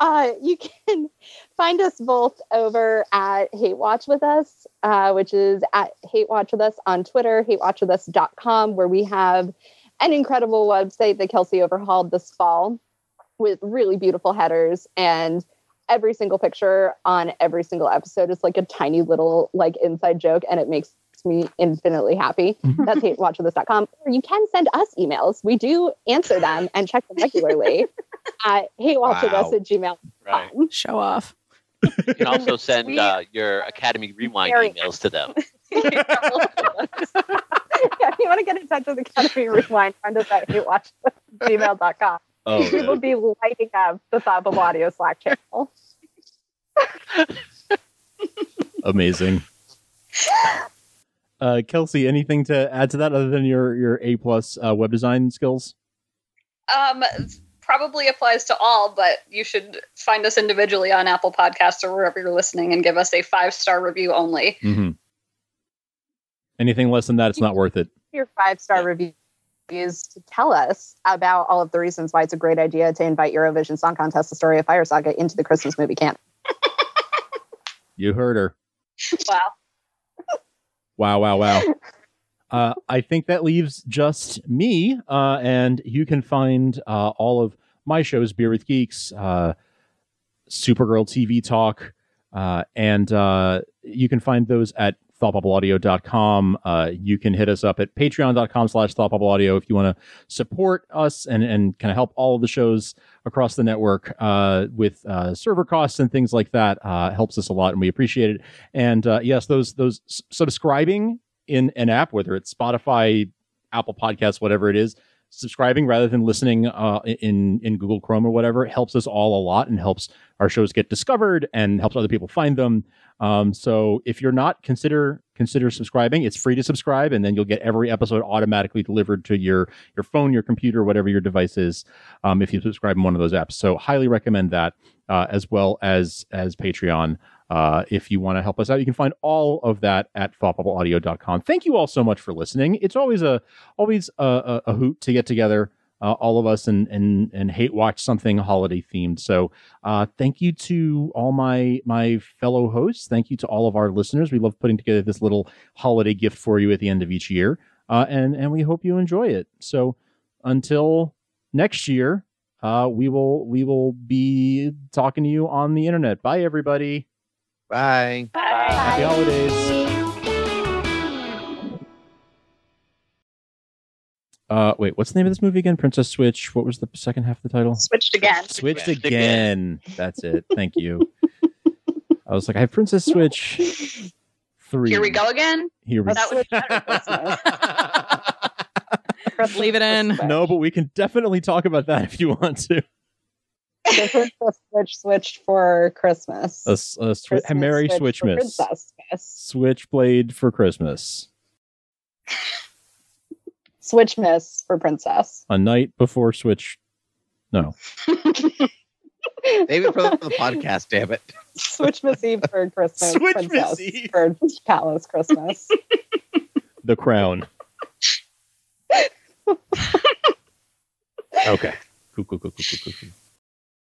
S5: uh, you can find us both over at Hate Watch with Us, uh, which is at Hate Watch with Us on Twitter, hatewatchwithus.com, where we have an incredible website that Kelsey overhauled this fall with really beautiful headers and every single picture on every single episode is like a tiny little like inside joke and it makes me infinitely happy. That's hatewatchwithus.com. Or you can send us emails. We do answer them and check them regularly at hatewatchwithus
S4: Wow.
S5: at gmail.
S6: right.
S7: Show off.
S6: You can also send
S3: [laughs] We-
S6: uh, your Academy Rewind
S3: Very-
S6: emails to them.
S5: yeah, if you want to get in touch with Academy Rewind, find us at hatewatchwithus@gmail.com.
S2: Oh, [laughs]
S5: we will be lighting up the Thought Bubble Audio Slack channel.
S2: amazing. Uh, Kelsey, anything to add to that other than your your A plus uh, web design skills?
S3: Um, probably applies to all, but you should find us individually on Apple Podcasts or wherever you're listening and give us a five star review only. [laughs]
S2: Mm-hmm. Anything less than that, it's not worth it.
S5: Your five star review reviews to tell us about all of the reasons why it's a great idea to invite Eurovision Song Contest: The Story of Fire Saga into the Christmas movie canon.
S2: You heard her.
S3: Wow.
S2: Wow, wow, wow. Uh, I think that leaves just me, uh, and you can find uh, all of my shows, Beer with Geeks, uh, Supergirl TV Talk, uh, and uh, you can find those at thoughtbubbleaudio.com. Uh, you can hit us up at patreon.com slash thoughtbubbleaudio if you want to support us and, and kind of help all of the shows across the network uh, with uh, server costs and things like that. Uh, helps us a lot, and we appreciate it and uh, yes those those s- subscribing in an app whether it's spotify apple podcasts whatever it is subscribing rather than listening uh, in in google chrome or whatever helps us all a lot and helps our shows get discovered and helps other people find them um, so if you're not consider consider subscribing it's free to subscribe and then you'll get every episode automatically delivered to your your phone your computer whatever your device is um, if you subscribe in one of those apps so highly recommend that uh, as well as as patreon uh, if you want to help us out, you can find all of that at thoughtbubbleaudio.com. Thank you all so much for listening. It's always a always a, a, a hoot to get together uh, all of us and and and hate watch something holiday themed. So uh, thank you to all my my fellow hosts. Thank you to all of our listeners. We love putting together this little holiday gift for you at the end of each year, uh, and and we hope you enjoy it. So until next year, uh, we will we will be talking to you on the internet. Bye everybody.
S4: Bye.
S2: Happy holidays. Uh, wait, what's the name of this movie again? Princess Switch. What was the second half of the title?
S3: Switched again.
S2: Switched
S6: Switched
S2: again. That's it. Thank you. [laughs] I was like, I have Princess Switch three.
S3: Here we go again.
S2: Here we
S5: That
S2: go.
S5: was better Christmas. Christmas
S7: Leave it in.
S5: Switch.
S2: [laughs] No, but we can definitely talk about that if you want to.
S5: The Christmas switch switched for Christmas.
S2: A, s- a swi-
S5: Christmas
S2: Merry
S5: switch for
S2: Switchmas.
S5: Princessmas.
S2: Switchblade for Christmas.
S5: Switch miss for princess.
S2: A night before Switch. No.
S4: Maybe for the, for the podcast, damn it.
S5: Switch miss eve for Christmas.
S2: Switch
S5: princess
S2: Miss Eve.
S5: for palace Christmas.
S2: The Crown. okay. Cool, cool, cool, cool, cool, cool, cool.